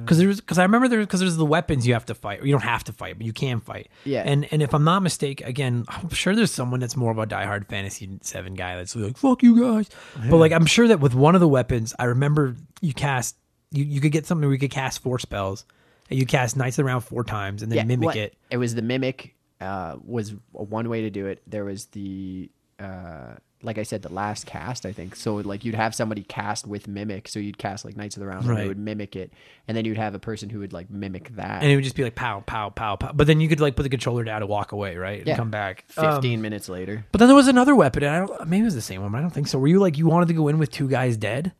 S1: because there's because I remember there because there's the weapons you have to fight. You don't have to fight, but you can fight.
S2: Yeah.
S1: And and if I'm not mistaken, again, I'm sure there's someone that's more of a diehard Fantasy Seven guy that's like fuck you guys. But like I'm sure that with one of the weapons, I remember you cast you you could get something where you could cast four spells. And you cast Knights around four times and then mimic
S2: what-
S1: it.
S2: It was the mimic uh, was one way to do it. There was the uh, like I said, the last cast I think. So like you'd have somebody cast with mimic. So you'd cast like Knights of the Round, and
S1: Right.
S2: they would mimic it, and then you'd have a person who would like mimic that.
S1: And it would just be like pow, pow, pow, pow. But then you could like put the controller down and walk away, right? And
S2: Yeah.
S1: come back. Um,
S2: Fifteen minutes later,
S1: But then there was another weapon, and I don't maybe it was the same one, but I don't think so. Were you like you wanted to go in with two guys dead?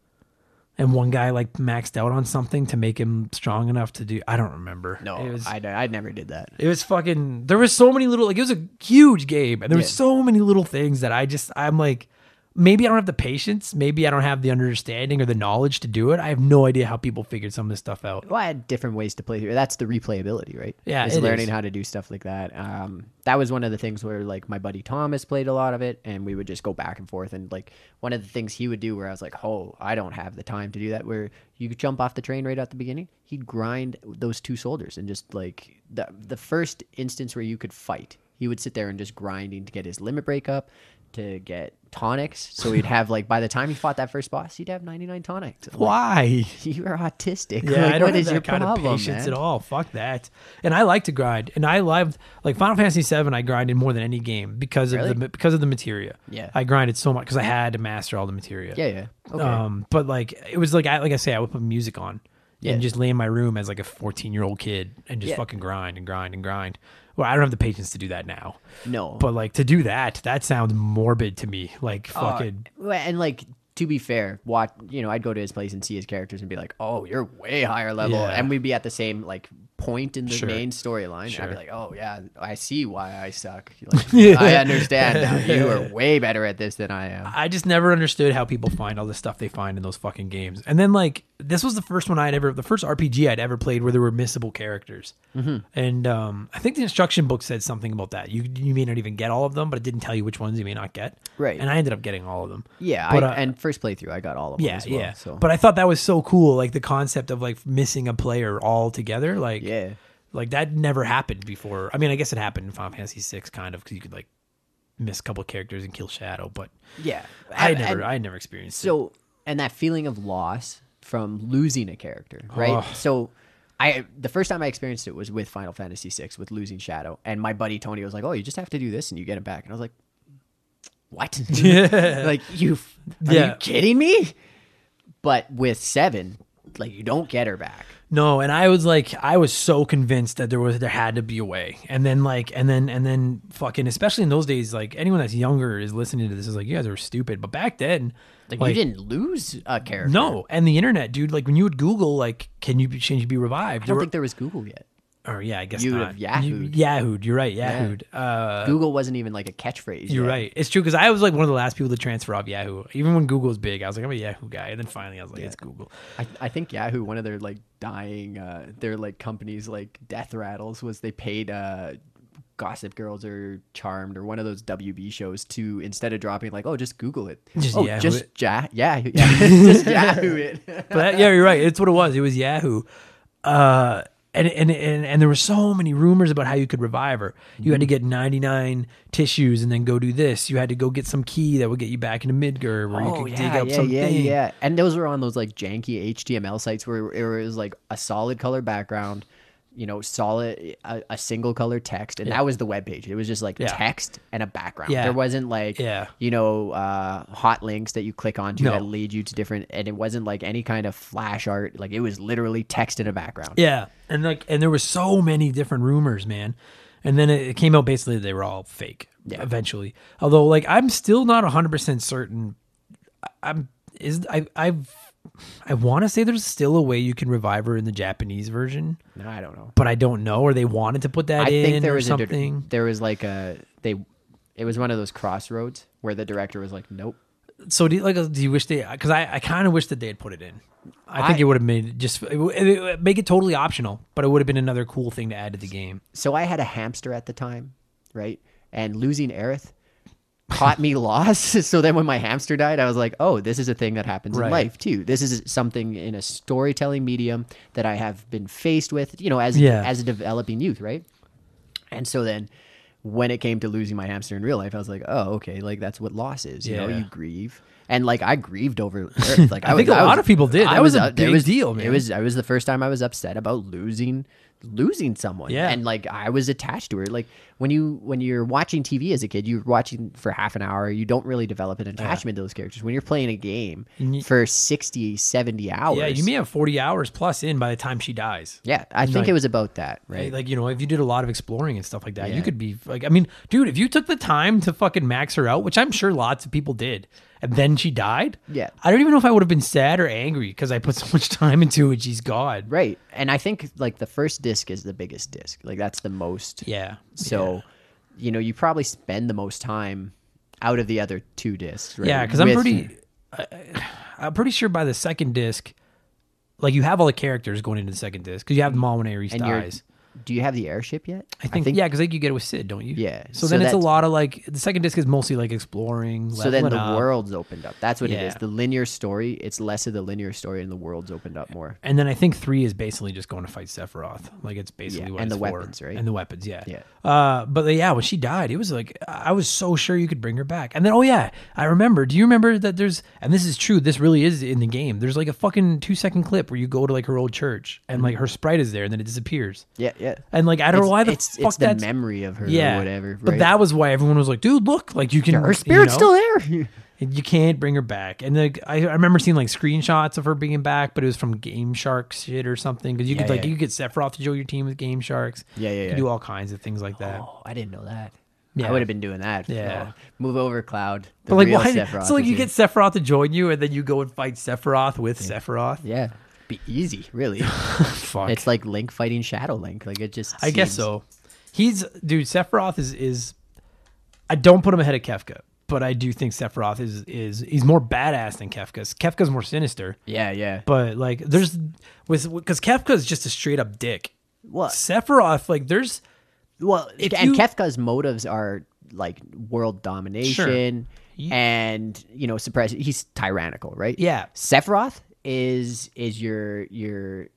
S1: And one guy like maxed out on something to make him strong enough to do I don't remember.
S2: no,
S1: It was
S2: I, I never did that.
S1: it was fucking there was so many little like it was a huge game and there was
S2: Yeah.
S1: so many little things that I just I'm like maybe I don't have the patience, maybe I don't have the understanding or the knowledge to do it. I have no idea how people figured some of this stuff out.
S2: well, I had different ways to play through. That's the replayability, right?
S1: Yeah,
S2: is
S1: it is.
S2: learning how to do stuff like that. Um, that was one of the things where like my buddy Thomas played a lot of it, and we would just go back and forth. And like one of the things he would do, where I was like, "Oh, I don't have the time to do that." Where you could jump off the train right at the beginning, he'd grind those two soldiers and just like the the first instance where you could fight. He would sit there and just grinding to get his limit break up, to get tonics. So he'd have like by the time he fought that first boss, he'd have 99 tonics. I'm like,
S1: Why?
S2: you are autistic.
S1: Yeah,
S2: like,
S1: I don't
S2: what
S1: have
S2: is
S1: that
S2: your
S1: kind
S2: problem,
S1: of patience
S2: man?
S1: at all. Fuck that. And I like to grind, and I loved like Final Fantasy VII. I grinded more than any game because
S2: Really?
S1: of the because of the materia.
S2: Yeah.
S1: I grinded so much because I had to master all the materia.
S2: Yeah, yeah. Okay.
S1: Um, but like it was like I like I say, I would put music on
S2: Yeah.
S1: and just lay in my room as like a fourteen year old kid and just
S2: Yeah.
S1: fucking grind and grind and grind. Well, I don't have the patience to do that now.
S2: no.
S1: But like to do that, that sounds morbid to me. Like
S2: Oh,
S1: fucking
S2: Well, and like to be fair, watch you know, I'd go to his place and see his characters and be like, "Oh, you're way higher level,"
S1: Yeah.
S2: and we'd be at the same like point in the
S1: Sure.
S2: main storyline. I'd
S1: Sure.
S2: be like, "Oh yeah, I see why I suck. Like, I understand now. You are way better at this than I am."
S1: I just never understood how people find all the stuff they find in those fucking games. And then like this was the first one I'd ever, the first RPG I'd ever played where there were missable characters.
S2: Mm-hmm.
S1: And um, I think the instruction book said something about that. You you may not even get all of them, but it didn't tell you which ones you may not get.
S2: Right.
S1: And I ended up getting all of them.
S2: Yeah,
S1: But,
S2: I,
S1: uh,
S2: and first playthrough, I got all of them
S1: Yeah,
S2: as well.
S1: yeah.
S2: So
S1: But I thought that was so cool, like the concept of like missing a player altogether. Like,
S2: Yeah.
S1: like that never happened before. I mean, I guess it happened in Final Fantasy VI, kind of, because you could like miss a couple characters and kill Shadow. But
S2: yeah,
S1: I
S2: And-
S1: never,
S2: and-
S1: I never experienced it.
S2: so and that feeling of loss from losing a character right so i the first time i experienced it was with final fantasy VI with losing shadow and my buddy tony was like oh you just have to do this and you get him back and i was like what like you f- are
S1: Yeah.
S2: you kidding me but with seven like you don't get her back
S1: No, and I was like, I was so convinced that there was there had to be a way, and then like, and then and then fucking, especially in those days, like anyone that's younger is listening to this is like, you guys are stupid. But back then,
S2: like, you didn't lose a character
S1: no, and the internet, dude, like when you would Google, like, can you be, can you be revived?
S2: i don't think there was google yet
S1: or yeah, I guess
S2: You would
S1: not.
S2: have Yahoo'd.
S1: You, Yahoo'd, you're right, Yahoo'd. Uh,
S2: google wasn't even like a catchphrase
S1: you're
S2: yet.
S1: right. It's true because I was like one of the last people to transfer off Yahoo. Even when Google was big, I was like, I'm a Yahoo guy, and then finally I was like, it's Google.
S2: I, I think Yahoo, one of their like dying, uh, their like companies like death rattles was they paid uh, Gossip Girls or Charmed or one of those WB shows to instead of dropping like oh just Google it,
S1: Just
S2: oh
S1: Yahoo
S2: just
S1: it.
S2: ja- yeah, yeah just Yahoo it.
S1: But that, yeah, you're right. It's what it was. It was Yahoo. Uh, and, and, and, and there were so many rumors about how you could revive her. You
S2: Mm-hmm.
S1: had to get 99 tissues and then go do this. You had to go get some key that would get you back into Midgar where you could dig up
S2: Oh, yeah,
S1: something.
S2: yeah, yeah. And those were on those like janky HTML sites where it was like a solid color background, you know, solid a, a single color text, and that was the web page. It was just like
S1: Yeah.
S2: text and a background.
S1: Yeah.
S2: There wasn't like
S1: Yeah.
S2: you know uh, hot links that you click onto
S1: No.
S2: that lead you to different, and it wasn't like any kind of flash art. Like it was literally text and a background.
S1: Yeah, and like, and there were so many different rumors, man. And then it, it came out basically they were all fake. Eventually, although like I'm still not 100 percent certain. I- I'm is I I've I want to say there's still a way you can revive her in the Japanese version,
S2: No, I don't know.
S1: but I don't know. Or they wanted to put that
S2: I
S1: in
S2: think there
S1: or
S2: was
S1: something.
S2: A, dir- there was like a they. It was one of those crossroads where the director was like, "Nope."
S1: so do you, like do you wish they? Because I I kind of wish that they had put it in. I think
S2: I-
S1: it would have made it just it, would- it, would make it totally optional, but it would have been another cool thing to add to the game.
S2: so I had a hamster at the time, right? And losing Aerith caught me loss. So then when my hamster died, I was like, oh, this is a thing that happens
S1: Right.
S2: in life too. This is something in a storytelling medium that I have been faced with, you know, as
S1: Yeah.
S2: as a developing youth, right? And so then when it came to losing my hamster in real life, I was like, oh, okay, like that's what loss is. You know,
S1: Yeah.
S2: you grieve. And like I grieved over Aerith. Like I,
S1: think
S2: was-
S1: a lot
S2: was-
S1: of people did.
S2: I
S1: That was a
S2: uh, it
S1: big deal,
S2: It
S1: man.
S2: was I was the first time I was upset about losing losing someone.
S1: Yeah.
S2: And like I was attached to her. Like when you when you're watching TV as a kid, you're watching for half an hour, you don't really develop an attachment to those characters. When you're playing a game for 60, 70 hours.
S1: Yeah, you may have 40 hours plus in by the time she dies.
S2: Yeah, I think
S1: Like-
S2: it was about that, right?
S1: Like, you know, if you did a lot of exploring and stuff like that, you
S2: Yeah.
S1: could be like, I mean, dude, if you took the time to fucking max her out, which I'm sure lots of people did, and then she died.
S2: Yeah.
S1: I don't even know if I would have been sad or angry because I put so much time into it. She's gone.
S2: right. And I think like the first disc is the biggest disc. Like that's the most
S1: Yeah.
S2: So, you know, you probably spend the most time out of the other two discs, right?
S1: Yeah, because I'm
S2: With-
S1: pretty, I, I'm pretty sure by the second disc, like you have all the characters going into the second disc because you have them all when Ares
S2: Mm-hmm. and you're
S1: dies.
S2: do you have the airship yet?
S1: I think, yeah, because like you get it with Sid, don't you?
S2: Yeah,
S1: So,
S2: so
S1: then it's a
S2: that's-
S1: lot of like the second disc is mostly like exploring.
S2: So then
S1: leveling
S2: the
S1: up.
S2: world's opened up. That's what it is.
S1: Yeah.
S2: The linear story, it's less of the linear story and the world's opened up more.
S1: And then I think three is basically just going to fight Sephiroth. Like it's basically
S2: Yeah,
S1: what
S2: and
S1: it's
S2: the
S1: for.
S2: weapons, right?
S1: And the weapons, yeah.
S2: Yeah.
S1: Uh, but yeah, when she died, it was like I was so sure you could bring her back. And then oh yeah, I remember. Do you remember that there's and this is true. This really is in the game. There's like a fucking two second clip where you go to like her old church and like her sprite is there and then it disappears.
S2: Yeah, yeah.
S1: And like I don't
S2: It's,
S1: know why the
S2: it's,
S1: fuck
S2: it's the
S1: that's
S2: memory of her
S1: yeah
S2: or whatever.
S1: But
S2: right?
S1: that was why everyone was like, dude, look, like you can
S2: her
S1: you
S2: spirit's
S1: know?
S2: still there.
S1: You can't bring her back. And like I, I remember seeing like screenshots of her being back, but it was from Game Shark shit or something. Because you could
S2: Yeah,
S1: like
S2: yeah.
S1: you could Sephiroth to join your team with Game Sharks.
S2: Yeah, yeah,
S1: You
S2: yeah.
S1: could do all kinds of things like that.
S2: oh, I didn't know that.
S1: Yeah.
S2: I would have been doing that.
S1: Yeah.
S2: Oh, move over, Cloud. The
S1: but like
S2: real
S1: why?
S2: Sephiroth
S1: so like
S2: is
S1: you
S2: here.
S1: get Sephiroth to join you, and then you go and fight Sephiroth with Sephiroth.
S2: yeah, be easy, really.
S1: Fuck.
S2: it's like Link fighting Shadow Link. Like it just.
S1: I guess
S2: seems-
S1: so. He's dude. Sephiroth is is. I don't put him ahead of Kefka, but I do think Sephiroth is is he's more badass than Kefka's. Kefka's more sinister.
S2: Yeah, yeah.
S1: But like, there's with because Kefka's just a straight up dick.
S2: Well,
S1: Sephiroth, like, there's
S2: Well,
S1: If
S2: and
S1: you-
S2: Kefka's motives are like world domination
S1: Ye-
S2: and you know suppress. He's tyrannical, right?
S1: Yeah.
S2: Sephiroth is is your your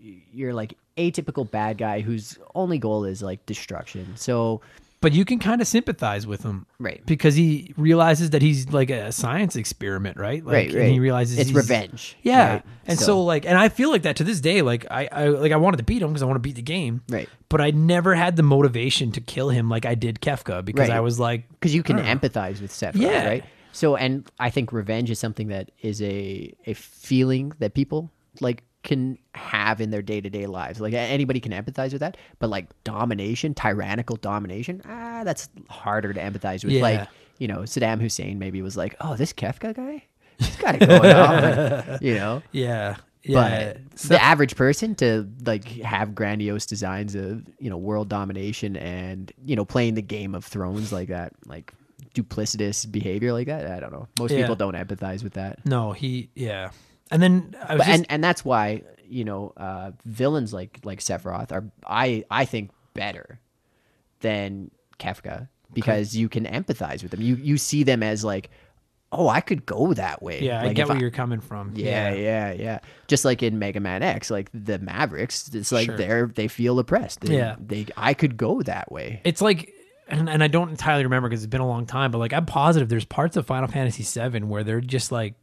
S2: your like atypical bad guy whose only goal is like destruction. So
S1: but you can kind of sympathize with him,
S2: Right.
S1: Because he realizes that he's like a science experiment, right? Like,
S2: right, right.
S1: And he realizes
S2: it's
S1: he's-
S2: revenge.
S1: Yeah,
S2: right?
S1: and so. like, and I feel like that to this day. Like, I, I like I wanted to beat him because I want to beat the game,
S2: Right.
S1: But I never had the motivation to kill him like I did Kefka because
S2: Right.
S1: I was like,
S2: because you can empathize with Sephiroth,
S1: Yeah.
S2: right? So, and I think revenge is something that is a a feeling that people like can have in their day to day lives. Like anybody can empathize with that, but like domination, tyrannical domination, ah, that's harder to empathize with.
S1: Yeah.
S2: Like you know, Saddam Hussein maybe was like, oh, this Kefka guy, he's got it going on, you know.
S1: yeah, yeah.
S2: But the average person to like have grandiose designs of you know world domination and you know playing the Game of Thrones like that, like duplicitous behavior like that. I don't know. Most
S1: Yeah.
S2: people don't empathize with that,
S1: no, he, yeah. And then I was
S2: but,
S1: just,
S2: and and that's why you know uh, villains like like Sephiroth are I I think better than Kefka because you can empathize with them. You you see them as like. Oh, I could go that way.
S1: yeah, I
S2: Like,
S1: get
S2: if
S1: where you're coming from.
S2: yeah, yeah, yeah. Just like in Mega Man X, like the Mavericks, it's like
S1: Sure.
S2: they're they feel oppressed. They,
S1: Yeah.
S2: they I could go that way.
S1: it's like and, and i don't entirely remember because it's been a long time but like i'm positive there's parts of final fantasy 7 where they're just like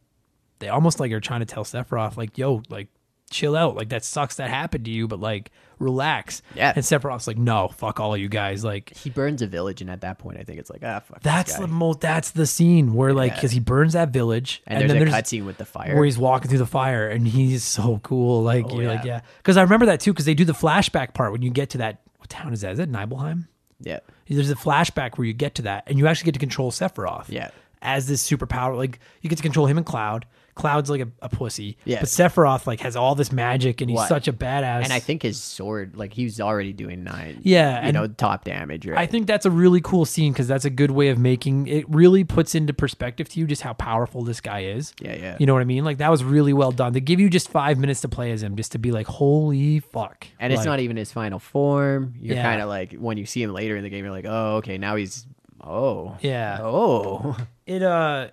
S1: they almost like are trying to tell sephiroth like yo like chill out like that sucks that happened to you but like relax
S2: Yeah.
S1: and sephiroth's like no fuck all of you guys like
S2: He burns a village, and at that point, I think it's like ah, fuck. this
S1: that's
S2: guy.
S1: the most that's the scene where like
S2: Yeah.
S1: because he burns that village
S2: and, there's a cutscene with the fire. Oh,
S1: where he's walking through the fire and he's so cool like you're like
S2: yeah.
S1: yeah because i remember that too because they do the flashback part when you get to that what town is that is it nibelheim
S2: yeah,
S1: there's a flashback where you get to that and you actually get to control Sephiroth.
S2: Yeah.
S1: As this superpower, like you get to control him and Cloud. Cloud's like a, a pussy.
S2: Yeah.
S1: But Sephiroth like has all this magic and he's
S2: What?
S1: such a badass.
S2: and I think his sword, like he's already doing nine.
S1: Yeah,
S2: you
S1: and-
S2: know, top damage. Right?
S1: I think that's a really cool scene because that's a good way of making it really puts into perspective to you just how powerful this guy is.
S2: Yeah, yeah.
S1: You know what I mean? Like that was really well done. They give you just five minutes to play as him just to be like, holy fuck.
S2: and it's
S1: Like,
S2: not even his final form. You're
S1: Yeah.
S2: kind of like when you see him later in the game, you're like, oh, okay, now he's oh
S1: Yeah.
S2: oh
S1: it uh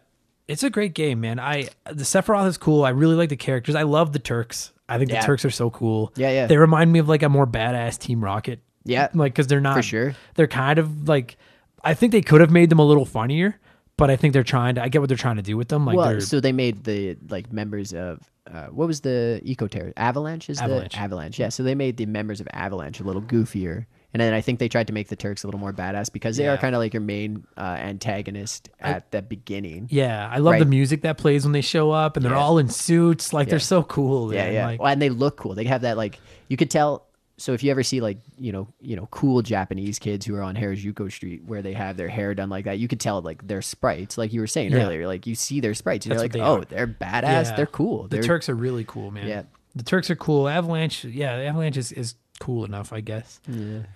S1: it's a great game man i the sephiroth is cool i really like the characters i love the turks i think
S2: Yeah.
S1: the turks are so cool
S2: Yeah, yeah.
S1: they remind me of like a more badass team rocket
S2: Yeah.
S1: like because they're not
S2: For sure.
S1: they're kind of like i think they could have made them a little funnier but i think they're trying to i get what they're trying to do with them like
S2: well,
S1: they're
S2: so they made the like members of uh, what was the eco terror avalanche is
S1: Avalanche.
S2: the avalanche yeah so they made the members of avalanche a little goofier and then i think they tried to make the turks a little more badass because they are
S1: Yeah.
S2: kind of like your main uh, antagonist at the beginning
S1: yeah i love the
S2: Right.
S1: music that plays when they show up and they're
S2: Yeah.
S1: all in suits like they're
S2: Yeah.
S1: so cool
S2: yeah
S1: man.
S2: yeah
S1: like,
S2: well, and they look cool they have that like you could tell so if you ever see like you know you know cool japanese kids who are on harajuku street where they have their hair done like that you could tell like their sprites like you were saying
S1: Yeah.
S2: earlier like you see their sprites and you're like
S1: That's what
S2: oh
S1: they
S2: they're badass
S1: Yeah.
S2: they're cool
S1: the
S2: they're
S1: turks are really cool man
S2: Yeah.
S1: the turks are cool avalanche yeah avalanche is, is cool enough i guess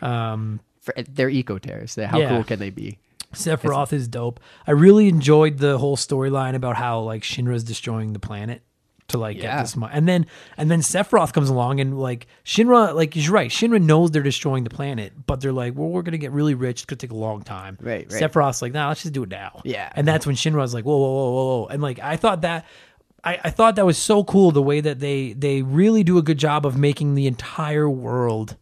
S1: um
S2: for, they're eco terrorists. How
S1: Yeah.
S2: cool can they be?
S1: Sephiroth is dope. I really enjoyed the whole storyline about how like Shinra's destroying the planet. to like get
S2: Yeah.
S1: this money. And then and then Sephiroth comes along and like Shinra, like you're right, Shinra knows they're destroying the planet, but they're like, well, we're gonna get really rich. It's gonna take a long time.
S2: Right, right.
S1: Sephiroth's like, nah, let's just do it now.
S2: Yeah.
S1: And that's when Shinra's like, whoa, whoa, whoa, whoa, whoa. And like I thought that. I, I thought that was so cool the way that they they really do a good job of making the entire world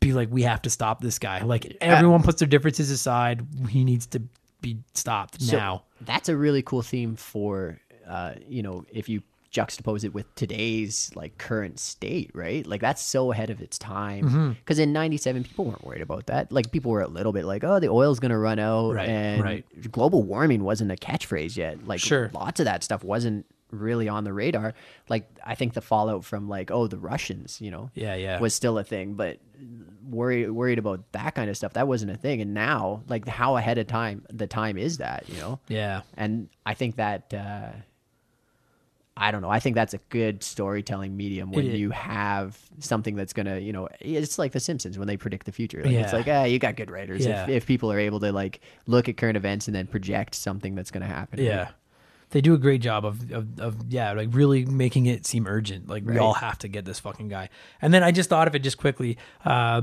S1: be like we have to stop this guy like everyone puts their differences aside he needs to be stopped
S2: So
S1: now
S2: that's a really cool theme for, uh, you know, if you juxtapose it with today's like current state, right? Like that's so ahead of its
S1: Mm-hmm.
S2: time. Because in '97, people weren't worried about that. Like people were a little bit like, oh, the oil's gonna run out,
S1: Right,
S2: and
S1: right.
S2: global warming wasn't a catchphrase yet. Like
S1: Sure.
S2: lots of that stuff wasn't really on the radar. Like I think the fallout from like, oh, the Russians, you know,
S1: Yeah, yeah.
S2: was still a thing, but worried worried about that kind of stuff that wasn't a thing and now like how ahead of time the time is that you know
S1: yeah
S2: and I think that uh, I don't know. I think that's a good storytelling medium when
S1: It is.
S2: you have something that's gonna, you know, it's like The Simpsons when they predict the future. Like, It's
S1: Yeah.
S2: like, ah, you got good writers
S1: Yeah.
S2: if, if people are able to like look at current events and then project something that's gonna happen.
S1: Yeah. They do a great job of, of, of yeah, like really making it seem urgent. Like we
S2: Right.
S1: all have to get this fucking guy. And then I just thought of it just quickly. Uh,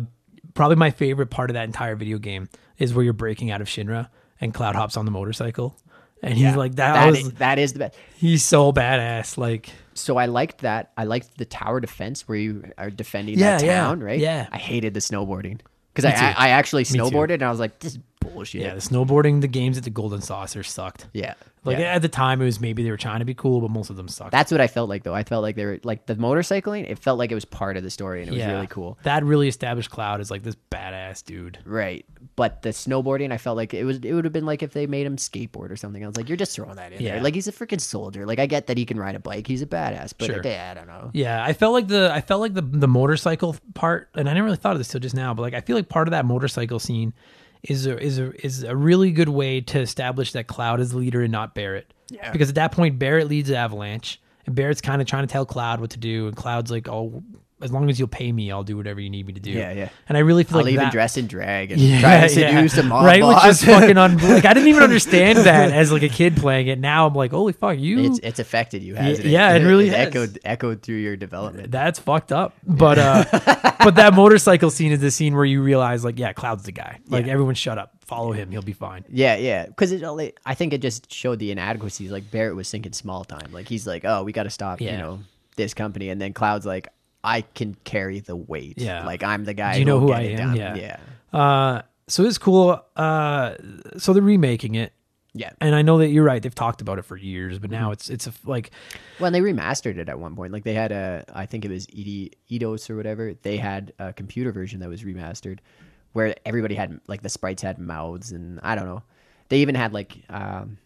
S1: probably my favorite part of that entire video game is where you're breaking out of Shinra and Cloud hops on the motorcycle, and he's like that,
S2: That
S1: was
S2: is- that is the best.
S1: he's so badass. Like
S2: So I liked that. I liked the tower defense where you are defending that
S1: Yeah, yeah,
S2: town, right?
S1: yeah.
S2: I hated the snowboarding because
S1: Me
S2: I,
S1: too.
S2: I I actually
S1: too.
S2: snowboarded and I was like, this is bullshit.
S1: yeah, the snowboarding, the games at the Golden Saucer sucked.
S2: yeah.
S1: Like
S2: Yeah.
S1: at the time, it was maybe they were trying to be cool, but most of them sucked.
S2: That's what I felt like though. I felt like they were like the motorcycling. It felt like it was part of the story and it was
S1: Yeah.
S2: really cool.
S1: That really established Cloud as like this badass dude.
S2: Right. But the snowboarding, I felt like it was it would have been like if they made him skateboard or something. I was like, you're just throwing that in
S1: Yeah.
S2: there. Like he's a freaking soldier. Like I get that he can ride a bike. He's a badass. But
S1: Sure.
S2: yeah, I don't know.
S1: Yeah, I felt like the I felt like the the motorcycle part, and I never really thought of this till just now. But like, I feel like part of that motorcycle scene is a, is a, is a really good way to establish that Cloud is the leader and not Barrett.
S2: Yeah.
S1: Because at that point, Barrett leads Avalanche, and Barrett's kind of trying to tell Cloud what to do, and Cloud's like, "Oh, as long as you'll pay me, I'll do whatever you need me to do."
S2: Yeah, yeah.
S1: And I really feel
S2: I'll
S1: like
S2: even
S1: that,
S2: dress in drag and try to seduce a mob
S1: right,
S2: boss.
S1: which is fucking un- like I didn't even understand that as like a kid playing it. Now I'm like, holy fuck, you
S2: it's it's affected you, hasn't
S1: yeah,
S2: it?
S1: it really has.
S2: echoed echoed through your development.
S1: that's fucked up. But uh but that motorcycle scene is the scene where you realize like yeah, Cloud's the guy. Like everyone shut up, follow him, he'll be fine.
S2: Yeah, yeah. Because it only, I think it just showed the inadequacies. Like Barrett was thinking small time. Like he's like, oh, we got to stop,
S1: Yeah.
S2: you know, this company. And then Cloud's like, I can carry the weight.
S1: Yeah.
S2: Like I'm the guy.
S1: Do you know
S2: who'll
S1: who
S2: get
S1: I
S2: it
S1: am?
S2: done."
S1: Yeah.
S2: yeah.
S1: Uh so it's cool. Uh so they're remaking it.
S2: Yeah.
S1: And I know that you're right. They've talked about it for years, but now it's it's a, like
S2: Well, and they remastered it at one point. Like they had a, I think it was E Ed, Eidos or whatever. They had a computer version that was remastered, where everybody had like the sprites had mouths and I don't know. They even had like, um,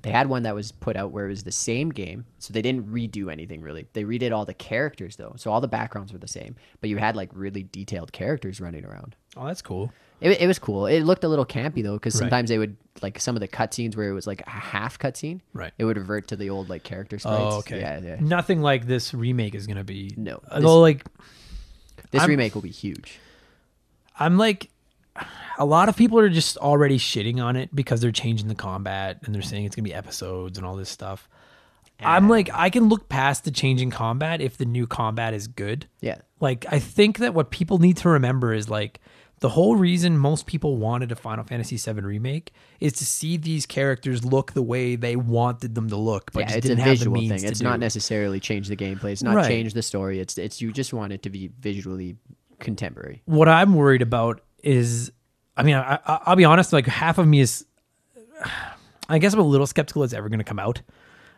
S2: they had one that was put out where it was the same game, so they didn't redo anything really. They redid all the characters though, so all the backgrounds were the same, but you had like really detailed characters running around.
S1: oh, that's cool.
S2: It, it was cool. It looked a little campy though, because
S1: Right.
S2: sometimes they would like some of the cutscenes where it was like a half cutscene.
S1: Right.
S2: It would revert to the old like character sprites.
S1: Oh, okay.
S2: Yeah, yeah.
S1: Nothing like this remake is going to be
S2: No.
S1: Although like
S2: This
S1: I'm-
S2: remake will be huge.
S1: I'm like a lot of people are just already shitting on it because they're changing the combat and they're saying it's gonna be episodes and all this stuff. I'm like, I can look past the changing combat if the new combat is good.
S2: Yeah.
S1: Like, I think that what people need to remember is like the whole reason most people wanted a Final Fantasy VII remake is to see these characters look the way they wanted them to look, but
S2: yeah,
S1: just
S2: it's a
S1: didn't have the
S2: visual
S1: means
S2: thing.
S1: to
S2: It's
S1: do.
S2: not necessarily change the gameplay. It's not
S1: Right.
S2: change the story. It's it's you just want it to be visually contemporary.
S1: what I'm worried about is, I mean, I, I, I'll be honest. Like half of me is, I guess I'm a little skeptical it's ever going to come out.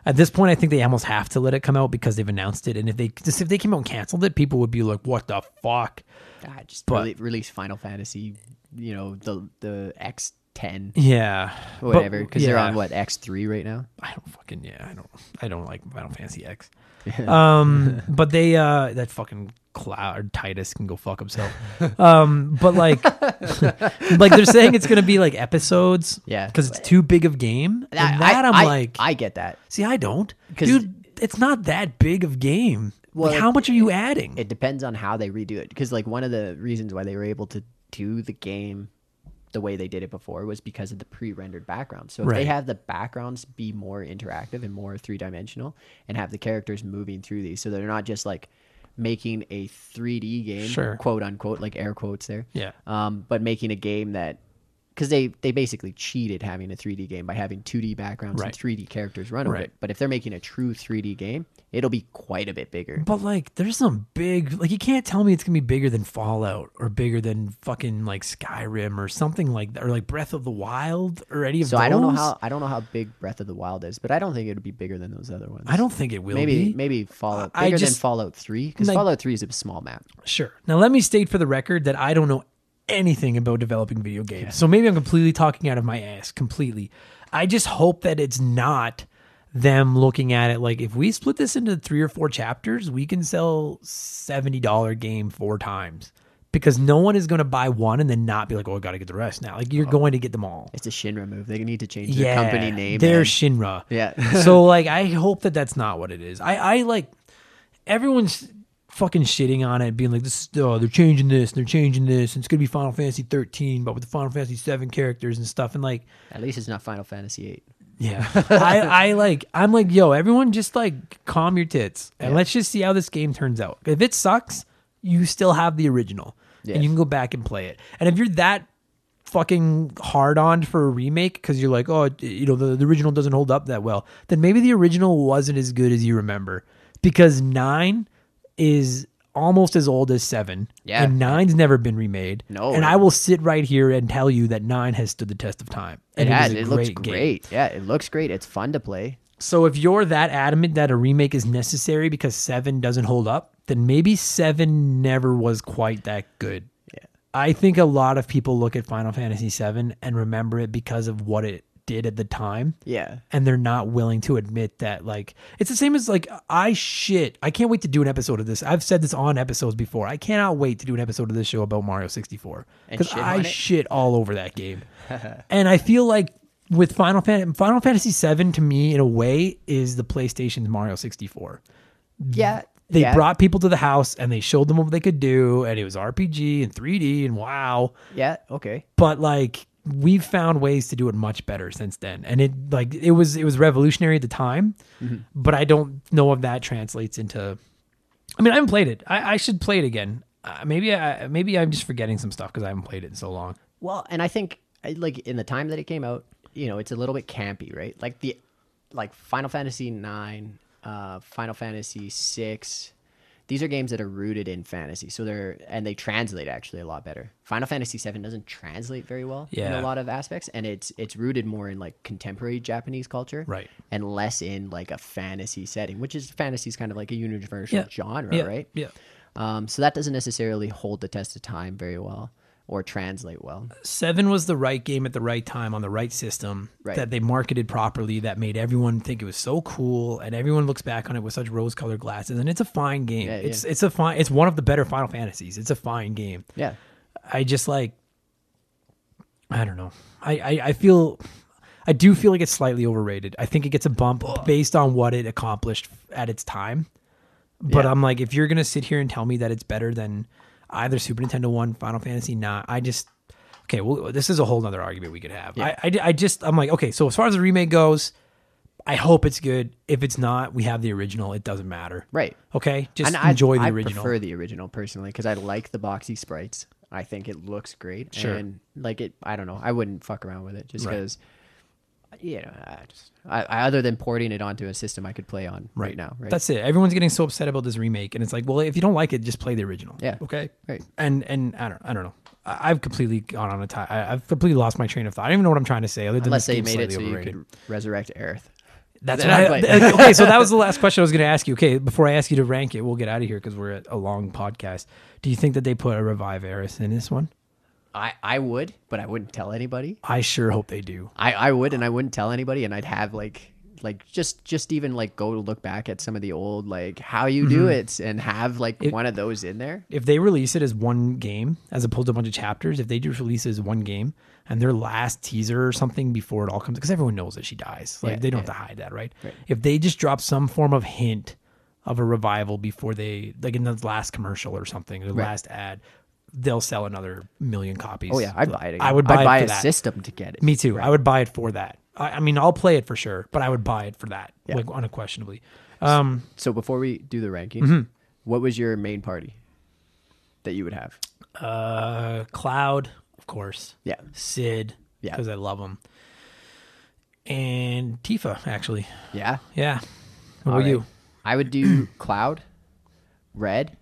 S1: At this point, I think they almost have to let it come out because they've announced it. And if they just if they came out and canceled it, people would be like, "What the fuck?"
S2: God, Ah, just
S1: But-
S2: rele- release Final Fantasy, you know, the the X ten
S1: Yeah, But-
S2: whatever because they're
S1: yeah.
S2: on what X three right now.
S1: I don't fucking yeah. I don't. I don't like Final Fantasy X. um, but they uh that fucking cloud Titus can go fuck himself. Um, but like, like they're saying it's gonna be like episodes.
S2: Yeah.
S1: because it's too big of game. and that I, am
S2: I,
S1: like,
S2: I get that.
S1: see, I don't,
S2: 'Cause-
S1: dude. It's not that big of game.
S2: Well,
S1: like,
S2: it-
S1: how much are you adding?
S2: It depends on how they redo it because like one of the reasons why they were able to do the game the way they did it before was because of the pre-rendered backgrounds. So if they
S1: Right.
S2: have the backgrounds be more interactive and more three-dimensional and have the characters moving through these so they're not just like making a 3D game,
S1: Sure.
S2: quote unquote, like air quotes there.
S1: Yeah.
S2: Um, but making a game that because they, they basically cheated having a 3D game by having 2D backgrounds
S1: Right.
S2: and 3D characters run over
S1: Right.
S2: it. But if they're making a true 3D game, it'll be quite a bit bigger.
S1: But like, there's some big like you can't tell me it's gonna be bigger than Fallout or bigger than fucking like Skyrim or something like that or like Breath of the Wild or any of
S2: So
S1: those.
S2: I don't know how I don't know how big Breath of the Wild is, but I don't think it would be bigger than those other ones.
S1: I don't think it will
S2: maybe
S1: be.
S2: maybe Fallout
S1: I- I
S2: bigger
S1: just-
S2: than Fallout Three because
S1: Like-
S2: Fallout Three is a small map.
S1: Sure. Now let me state for the record that I don't know anything about developing video games. So maybe I'm completely talking out of my ass completely. I just hope that it's not them looking at it like if we split this into three or four chapters, we can sell $70 game four times. Because no one is going to buy one and then not be like, "Oh, I got to get the rest now." Like you're going to get them all.
S2: It's a Shinra move. They need to change their company name.
S1: They're
S2: man.
S1: Shinra.
S2: Yeah.
S1: so like, I hope that that's not what it is. I I like everyone's fucking shitting on it, being like, this is oh, they're changing this, and they're changing this, and it's gonna be Final Fantasy 13, but with the Final Fantasy 7 characters and stuff, and like,
S2: At least it's not Final Fantasy Eight.
S1: yeah, I I like I'm like, yo, everyone just like calm your tits and let's just see how this game turns out. If it sucks, you still have the original,
S2: Yeah.
S1: and you can go back and play it. And if you're that fucking hard on for a remake because you're like, oh, it- you know, the, the original doesn't hold up that well, then maybe the original wasn't as good as you remember because nine is almost as old as seven.
S2: Yeah.
S1: and nine's never been remade.
S2: No.
S1: and I will sit right here and tell you that nine has stood the test of time.
S2: It
S1: And
S2: has.
S1: is a
S2: It looks
S1: game.
S2: great. Yeah, it looks great. It's fun to play.
S1: So if you're that adamant that a remake is necessary because seven doesn't hold up, then maybe seven never was quite that good. Yeah. I think a lot of people look at Final Fantasy seven and remember it because of what it did at the time.
S2: Yeah.
S1: And they're not willing to admit that, like, it's the same as, like, I shit. I can't wait to do an episode of this. I've said this on episodes before. I cannot wait to do an episode of this show about Mario 64.
S2: And
S1: Because
S2: shit
S1: I
S2: on it?
S1: shit all over that game. and I feel like with Final Fantasy, Final Fantasy 7 to me, in a way, is the PlayStation's Mario 64
S2: Yeah.
S1: they
S2: yeah.
S1: brought people to the house and they showed them what they could do and it was rpg and 3d and wow
S2: Yeah. Okay.
S1: but like we've found ways to do it much better since then and it like it was it was revolutionary at the time
S2: Mm-hmm.
S1: but i don't know if that translates into i mean i haven't played it i, I should play it again uh, maybe i maybe i'm just forgetting some stuff because i haven't played it in so long
S2: Well, and I think I- like in the time that it came out, you know, it's a little bit campy, right? Like the like Final Fantasy 9, uh Final Fantasy 6. These are games that are rooted in fantasy. So they're and they translate actually a lot better. Final Fantasy 7 doesn't translate very well in
S1: Yeah.
S2: a lot of aspects and it's it's rooted more in like contemporary Japanese culture
S1: Right.
S2: and less in like a fantasy setting, which is fantasy is kind of like a universal genre,
S1: yeah.
S2: right?
S1: yeah
S2: Um, so that doesn't necessarily hold the test of time very well or translate well.
S1: Seven was the right game at the right time on the right system
S2: Right.
S1: that they marketed properly that made everyone think it was so cool and everyone looks back on it with such rose colored glasses and it's a fine game.
S2: Yeah, yeah.
S1: it's it's a fine it's one of the better Final Fantasies. It's a fine game.
S2: Yeah.
S1: I just like I don't know. I, I, I feel I do feel like it's slightly overrated. I think it gets a bump based on what it accomplished at its time. But
S2: Yeah.
S1: I'm like, if you're gonna sit here and tell me that it's better than either Super Nintendo One, Final Fantasy Nine, I just okay. Well, this is a whole nother argument we could have. I, I I just I'm like, okay. So as far as the remake goes, I hope it's good. If it's not, we have the original. It doesn't matter.
S2: Right.
S1: Okay. Just
S2: And
S1: enjoy
S2: I,
S1: the
S2: I
S1: original.
S2: prefer the original personally because I like the boxy sprites. I think it looks great.
S1: Sure.
S2: And like it, I don't know. I wouldn't fuck around with it just
S1: Right.
S2: because, you know, I just, I, I, other than porting it onto a system I could play on right, now. Right.
S1: That's it. Everyone's getting so upset about this remake, and it's like, well, if you don't like it, just play the original.
S2: Yeah.
S1: Okay.
S2: Right.
S1: And and I don't I don't know. I- I've completely gone on a tie. I- I've completely lost my train of thought. I don't even know what I'm trying to say. Other than
S2: Unless
S1: this
S2: they
S1: game's
S2: made it so
S1: slightly
S2: you
S1: overrated.
S2: could resurrect Aerith.
S1: That's
S2: Then
S1: what
S2: I'd
S1: I-
S2: play it.
S1: okay. So that was the last question I was going to ask you. Okay, before I ask you to rank it, we'll get out of here because we're at a long podcast. Do you think that they put a revive Eris in this one?
S2: I, I would, but I wouldn't tell anybody.
S1: I sure hope they do.
S2: I, I would, and I wouldn't tell anybody, and I'd have like like just just even like go look back at some of the old like how you
S1: Mm-hmm.
S2: do it and have like one of those in there.
S1: if they release it as one game as opposed to a bunch of chapters, if they just release it as one game and their last teaser or something before it all comes, because everyone knows that she dies, like
S2: Yeah,
S1: they don't have to hide that, right? If they just drop some form of hint of a revival before they, like in the last commercial or something, the last ad, they'll sell another million copies.
S2: Oh yeah, I'd buy it. Again.
S1: I would buy,
S2: I'd
S1: it
S2: buy
S1: for
S2: a
S1: that.
S2: system to get it.
S1: Me too. I would buy it for that. I, I mean, I'll play it for sure, but I would buy it for that, like unquestionably. Um,
S2: So before we do the rankings,
S1: Mm-hmm.
S2: what was your main party that you would have?
S1: uh, Cloud, of course.
S2: Yeah.
S1: Sid,
S2: Yeah.
S1: because I love him. And Tifa, actually,
S2: Yeah.
S1: yeah. What
S2: All
S1: about
S2: right.
S1: you?
S2: I would do Cloud, Red,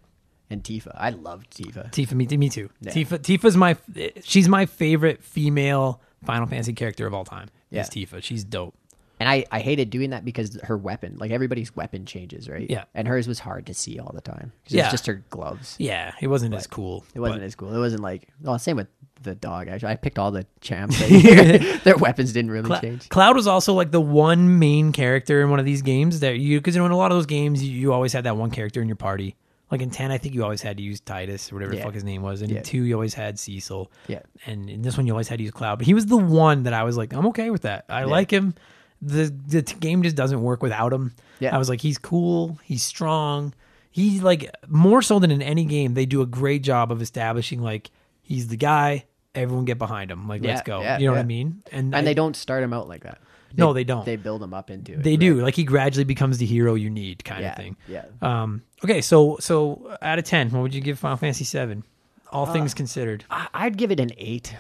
S2: and Tifa. I loved Tifa.
S1: Tifa, me, me too. Tifa, Tifa's my, she's my favorite female Final Fantasy character of all time.
S2: Yeah.
S1: is Tifa. She's dope.
S2: And I, I hated doing that because her weapon, like everybody's weapon changes, right?
S1: Yeah.
S2: And hers was hard to see all the time. 'Cause It
S1: Yeah.
S2: was just her gloves.
S1: Yeah, it wasn't as cool.
S2: It wasn't as cool. It wasn't like, well, same with the dog, actually. I picked all the champs. that- Their weapons didn't really
S1: Cla-
S2: change.
S1: Cloud was also like the one main character in one of these games that you because you know in a lot of those games you, you always had that one character in your party. Like in ten, I think you always had to use Titus or whatever the
S2: Yeah.
S1: fuck his name was, and
S2: Yeah.
S1: in two you always had Cecil.
S2: Yeah.
S1: and in this one you always had to use Cloud, but he was the one that I was like, I'm okay with that. I like him. the The t- game just doesn't work without him.
S2: Yeah.
S1: I was like, he's cool, he's strong. He's like more so than in any game, they do a great job of establishing like he's the guy. Everyone get behind him. Like,
S2: Yeah,
S1: let's go.
S2: yeah,
S1: you know what I
S2: yeah.
S1: mean? I-
S2: And they don't start him out like that.
S1: No, they don't.
S2: They build him up into it.
S1: they
S2: right?
S1: do. Like he gradually becomes the hero you need, kind
S2: Yeah.
S1: of thing.
S2: Yeah.
S1: Um. Okay. So so out of ten, what would you give Final Fantasy Seven?
S2: Uh,
S1: All things considered.
S2: I- I'd give it an eight.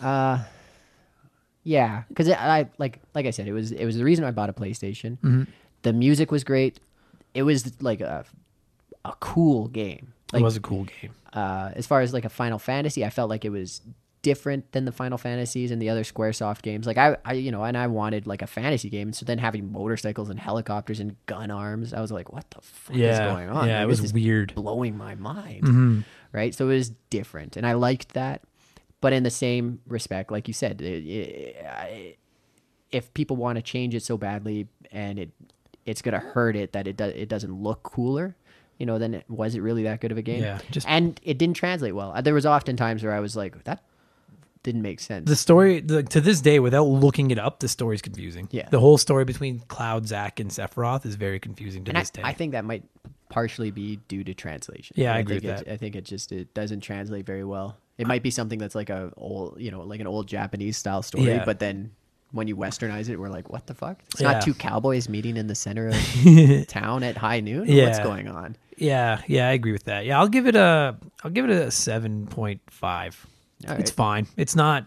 S2: Uh, yeah, because I like like I said, it was it was the reason I bought a PlayStation.
S1: Mm-hmm.
S2: The music was great. It was like a a cool game. Like
S1: it was a cool game.
S2: uh, as far as like a Final Fantasy, I felt like it was different than the Final Fantasies and the other SquareSoft games. Like I, I you know, and I wanted like a fantasy game. So then having motorcycles and helicopters and gun arms, I was like, what the fuck is
S1: Yeah,
S2: going on?
S1: yeah,
S2: Like,
S1: it
S2: this
S1: was
S2: is
S1: weird. Mm-hmm.
S2: blowing my mind. Right. So it was different, and I liked that. But in the same respect, like you said, it, it, I, if people want to change it so badly and it it's gonna hurt it that it does it doesn't look cooler, you know, then it- was it really that good of a game?
S1: Yeah, just-
S2: and it didn't translate well. Uh, There was often times where I was like, that didn't make sense.
S1: The story the, to this day, without looking it up, the story's confusing.
S2: Yeah.
S1: The whole story between Cloud, Zack, and Sephiroth is very confusing to
S2: and I,
S1: this day.
S2: I think that might partially be due to translation.
S1: Yeah, I agree
S2: think
S1: with
S2: it, I think it just it doesn't translate very well. It might be something that's like a old, you know, like an old Japanese style story,
S1: Yeah.
S2: but then when you westernize it, we're like, what the fuck? It's
S1: Yeah.
S2: not two cowboys meeting in the center of town at high noon. What's
S1: Yeah.
S2: going on?
S1: yeah. Yeah. I agree with that. Yeah. I'll give it a. I'll give it a seven point five.
S2: All
S1: It's
S2: right.
S1: fine. It's not.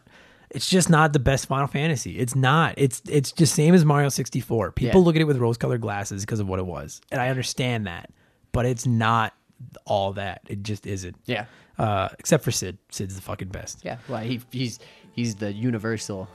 S1: It's just not the best Final Fantasy. It's not. It's it's just same as Mario sixty four. People
S2: Yeah.
S1: look at it with rose colored glasses because of what it was, and I understand that. But it's not all that. It just isn't.
S2: Yeah.
S1: Uh, except for Sid. Sid's the fucking best.
S2: Yeah, well, he, he's he's the universal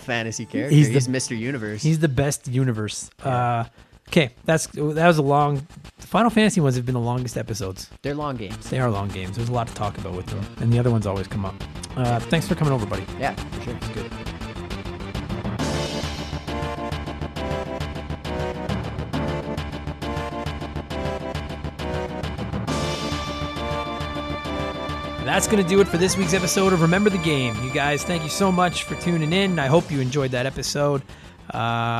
S2: Fantasy character.
S1: He's
S2: He's,
S1: the-
S2: Mr. Universe.
S1: He's the best universe. Uh, okay, that's that was a long. The Final Fantasy ones have been the longest episodes.
S2: They're long games.
S1: They are long games. There's a lot to talk about with them, and the other ones always come up. Uh, thanks for coming over, buddy.
S2: Yeah, for sure. It's good.
S1: That's going to do it for this week's episode of Remember the Game. You guys, thank you so much for tuning in. I hope you enjoyed that episode. Uh,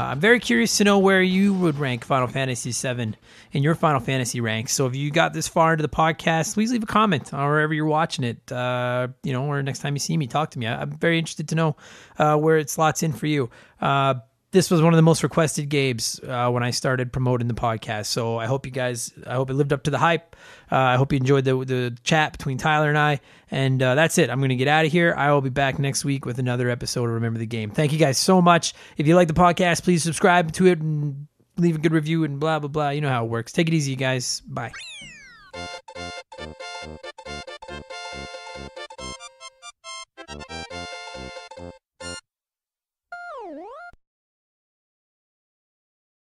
S1: I'm very curious to know where you would rank Final Fantasy VII in your Final Fantasy ranks. So if you got this far into the podcast, please leave a comment on wherever you're watching it. Uh, you know, or next time you see me, talk to me. I, I'm very interested to know uh, where it slots in for you. Uh, this was one of the most requested games uh, when I started promoting the podcast. So I hope you guys, I hope it lived up to the hype. Uh, I hope you enjoyed the, the chat between Tyler and I. And uh, that's it. I'm going to get out of here. I will be back next week with another episode of Remember the Game. Thank you guys so much. If you like the podcast, please subscribe to it and leave a good review and blah, blah, blah. You know how it works. Take it easy, you guys. Bye.